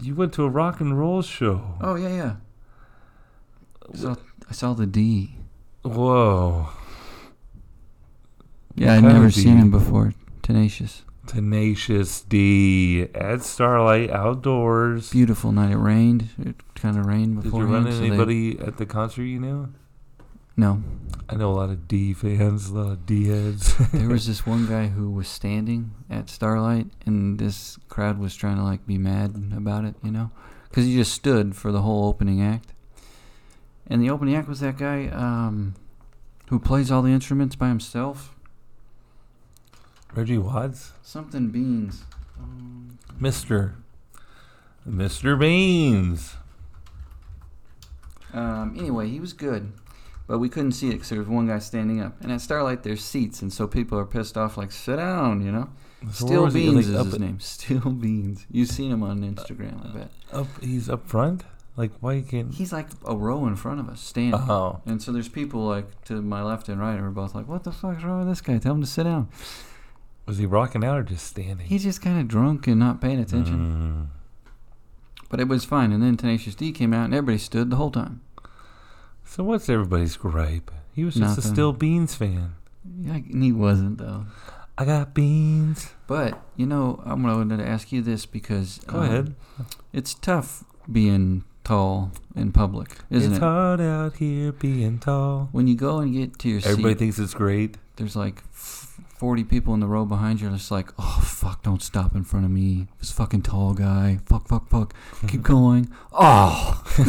A: you went to a rock and roll show.
B: Oh yeah, yeah. I saw, I saw the D.
A: Whoa.
B: Yeah, I'd
A: Kinda
B: never seen
A: D.
B: him before. Tenacious.
A: Tenacious D at Starlight Outdoors.
B: Beautiful night. It rained. It kind of rained
A: Did you
B: before.
A: run into anybody at the concert you knew?
B: no.
A: I know a lot of D fans, a lot of D heads.
B: There was this one guy who was standing at Starlight, and this crowd was trying to like be mad about it, you know, because he just stood for the whole opening act. And the opening act was that guy um, who plays all the instruments by himself.
A: Reggie Watts?
B: Something Beans. Um,
A: Mr. Mr. Beans.
B: Um, anyway, he was good, but we couldn't see it because there was one guy standing up. And at Starlight, there's seats, and so people are pissed off, like, sit down, you know?
A: So where
B: Steel
A: was he?
B: Beans
A: Like,
B: is
A: up
B: his
A: at-
B: name. Steel Beans. You've seen him on Instagram, I bet.
A: Up, he's up front? Like, why you can't.
B: He's like a row in front of us, standing.
A: Oh.
B: And so there's people, like, to my left and right, who are both like, what the fuck's wrong with this guy? Tell him to sit down.
A: Was he rocking out or just standing? Mm.
B: He's just kind of drunk and not paying attention.
A: Mm-hmm.
B: But it was fine. And then Tenacious D came out, and everybody stood the whole time.
A: Mm. So, what's everybody's gripe? He was just
B: Nothing.
A: a Still Beans fan.
B: Yeah, and he wasn't, though.
A: I got beans.
B: But, you know, I'm going to ask you this because.
A: Go
B: um,
A: ahead.
B: It's tough being tall in public, isn't
A: it's
B: it?
A: hard out here being tall.
B: When you go and get to your
A: Everybody
B: seat,
A: thinks it's great.
B: there's like f- 40 people in the row behind you. and It's like, oh, fuck, don't stop in front of me. This fucking tall guy. Fuck, fuck, fuck. Keep going. Oh!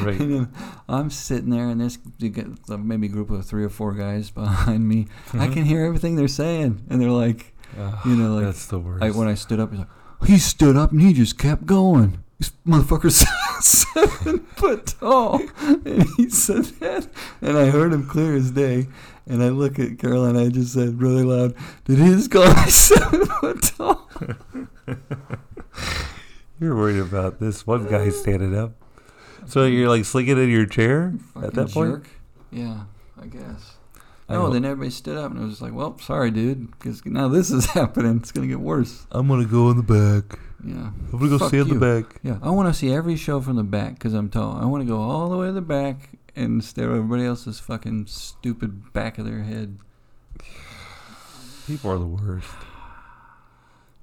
A: Right.
B: And then I'm sitting there, and there's you get the- maybe a group of three or four guys behind me. I
A: Mm-hmm.
B: can hear everything they're saying. And they're like,
A: Ugh,
B: you know, like,
A: Ah, that's the worst.
B: I, when I stood up, he's like, he stood up and he just kept going. This motherfucker's seven foot tall. And he said that. And I heard him clear as day. And I look at Carol and I just said really loud, Did his guy seven foot tall?
A: You're worried about this one guy standing up. So you're like slinking in your chair at that point.
B: Yeah, I guess.
A: I
B: No,
A: hope-
B: then everybody stood up and it was like, Well, sorry, dude, because now this is happening. It's going to get worse.
A: I'm gonna go in the back.
B: Yeah.
A: I'm gonna go
B: Fuck
A: stand in
B: you.
A: the back.
B: Yeah, I want to see every show from the back because I'm tall. I want to go all the way to the back and stare at everybody else's fucking stupid back of their head.
A: People are the worst.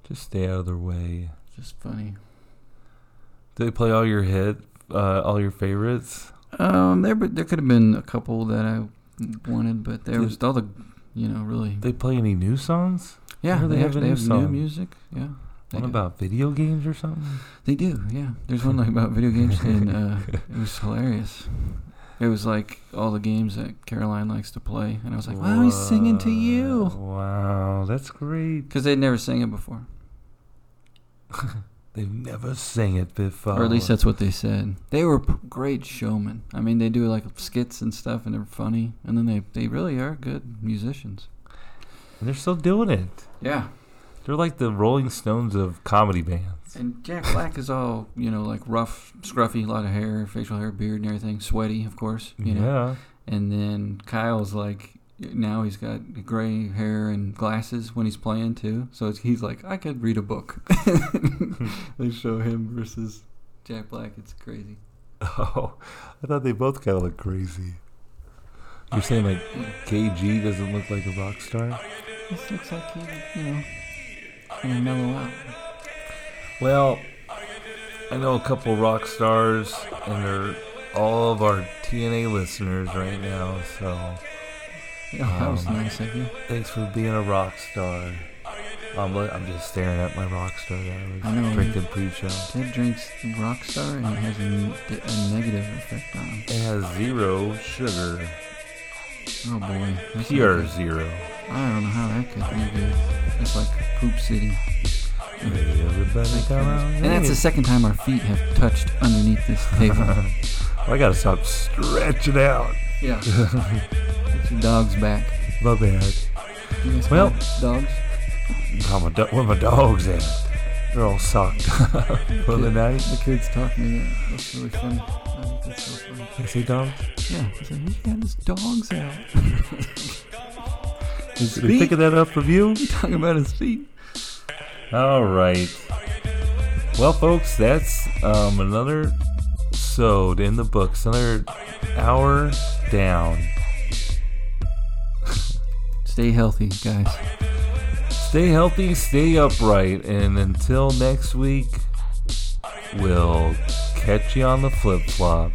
A: Just stay out of their way.
B: Just funny.
A: Do they play all your hit, uh, all your favorites?
B: Um, there but there could have been a couple that I wanted, but there
A: Did-
B: was all the, you know, really.
A: They play any new songs?
B: Yeah,
A: Where
B: they,
A: they
B: have,
A: have a
B: they
A: new
B: have new
A: song?
B: music. Yeah. They
A: What
B: do.
A: about video games or something?
B: They do, yeah. There's one like about video games, and uh, it was hilarious. It was like all the games that Caroline likes to play, and I was like, "Wow, he's singing to
A: Wow,
B: you,"
A: Wow, that's great.
B: because they'd never sang it before,
A: They've never sang it before.
B: or at least that's what they said. They were p- great showmen. I mean, they do like skits and stuff, and they're funny, and then they they really are good musicians.
A: And they're still doing it.
B: Yeah,
A: They're like the Rolling Stones of comedy bands.
B: and Jack Black is all you know, like rough, scruffy, a lot of hair, facial hair, beard, and everything, sweaty, of course. You know,
A: Yeah.
B: And then Kyle's like, now he's got gray hair and glasses when he's playing too. So it's, he's like, I could read a book. they show him versus Jack Black. It's crazy.
A: Oh, I thought they both kind of look crazy. You're saying like KG doesn't look like a rock star?
B: This looks like he, you know, gonna mellow out.
A: Well, I know a couple rock stars, and they're all of our TNA listeners right now. So
B: Yeah, that was
A: Um,
B: nice of you.
A: thanks for being a rock star. I'm, li- I'm just staring at my rock star that I
B: I
A: was
B: know.
A: drinking pre-show.
B: Ted drinks Rockstar and it has a, ne- a negative effect on him.
A: It has zero sugar,
B: Oh boy. that's not
A: pure
B: good.
A: zero.
B: I don't know how that could be good. It's like Poop City.
A: Everybody come out
B: And that's the second time our feet have touched underneath this table.
A: I gotta stop stretching out.
B: Yeah. It's Get your dogs back.
A: My bad.
B: You guys
A: Well-
B: got dogs.
A: Where my, do- where my dogs at? They're all socked up for the night.
B: The kid's talking again. That's really funny. I think that's so funny.
A: You see dogs?
B: Yeah, he's like, we got his dogs out. his
A: Did we
B: feet.
A: pick that up from you?
B: He's talking about his feet.
A: All right. Well, folks, that's um, another sewed in the books. Another hour down.
B: Stay healthy, guys.
A: Stay healthy, stay upright, and until next week, we'll catch you on the flip flop.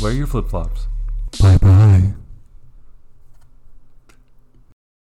A: Wear your flip flops.
B: Bye bye.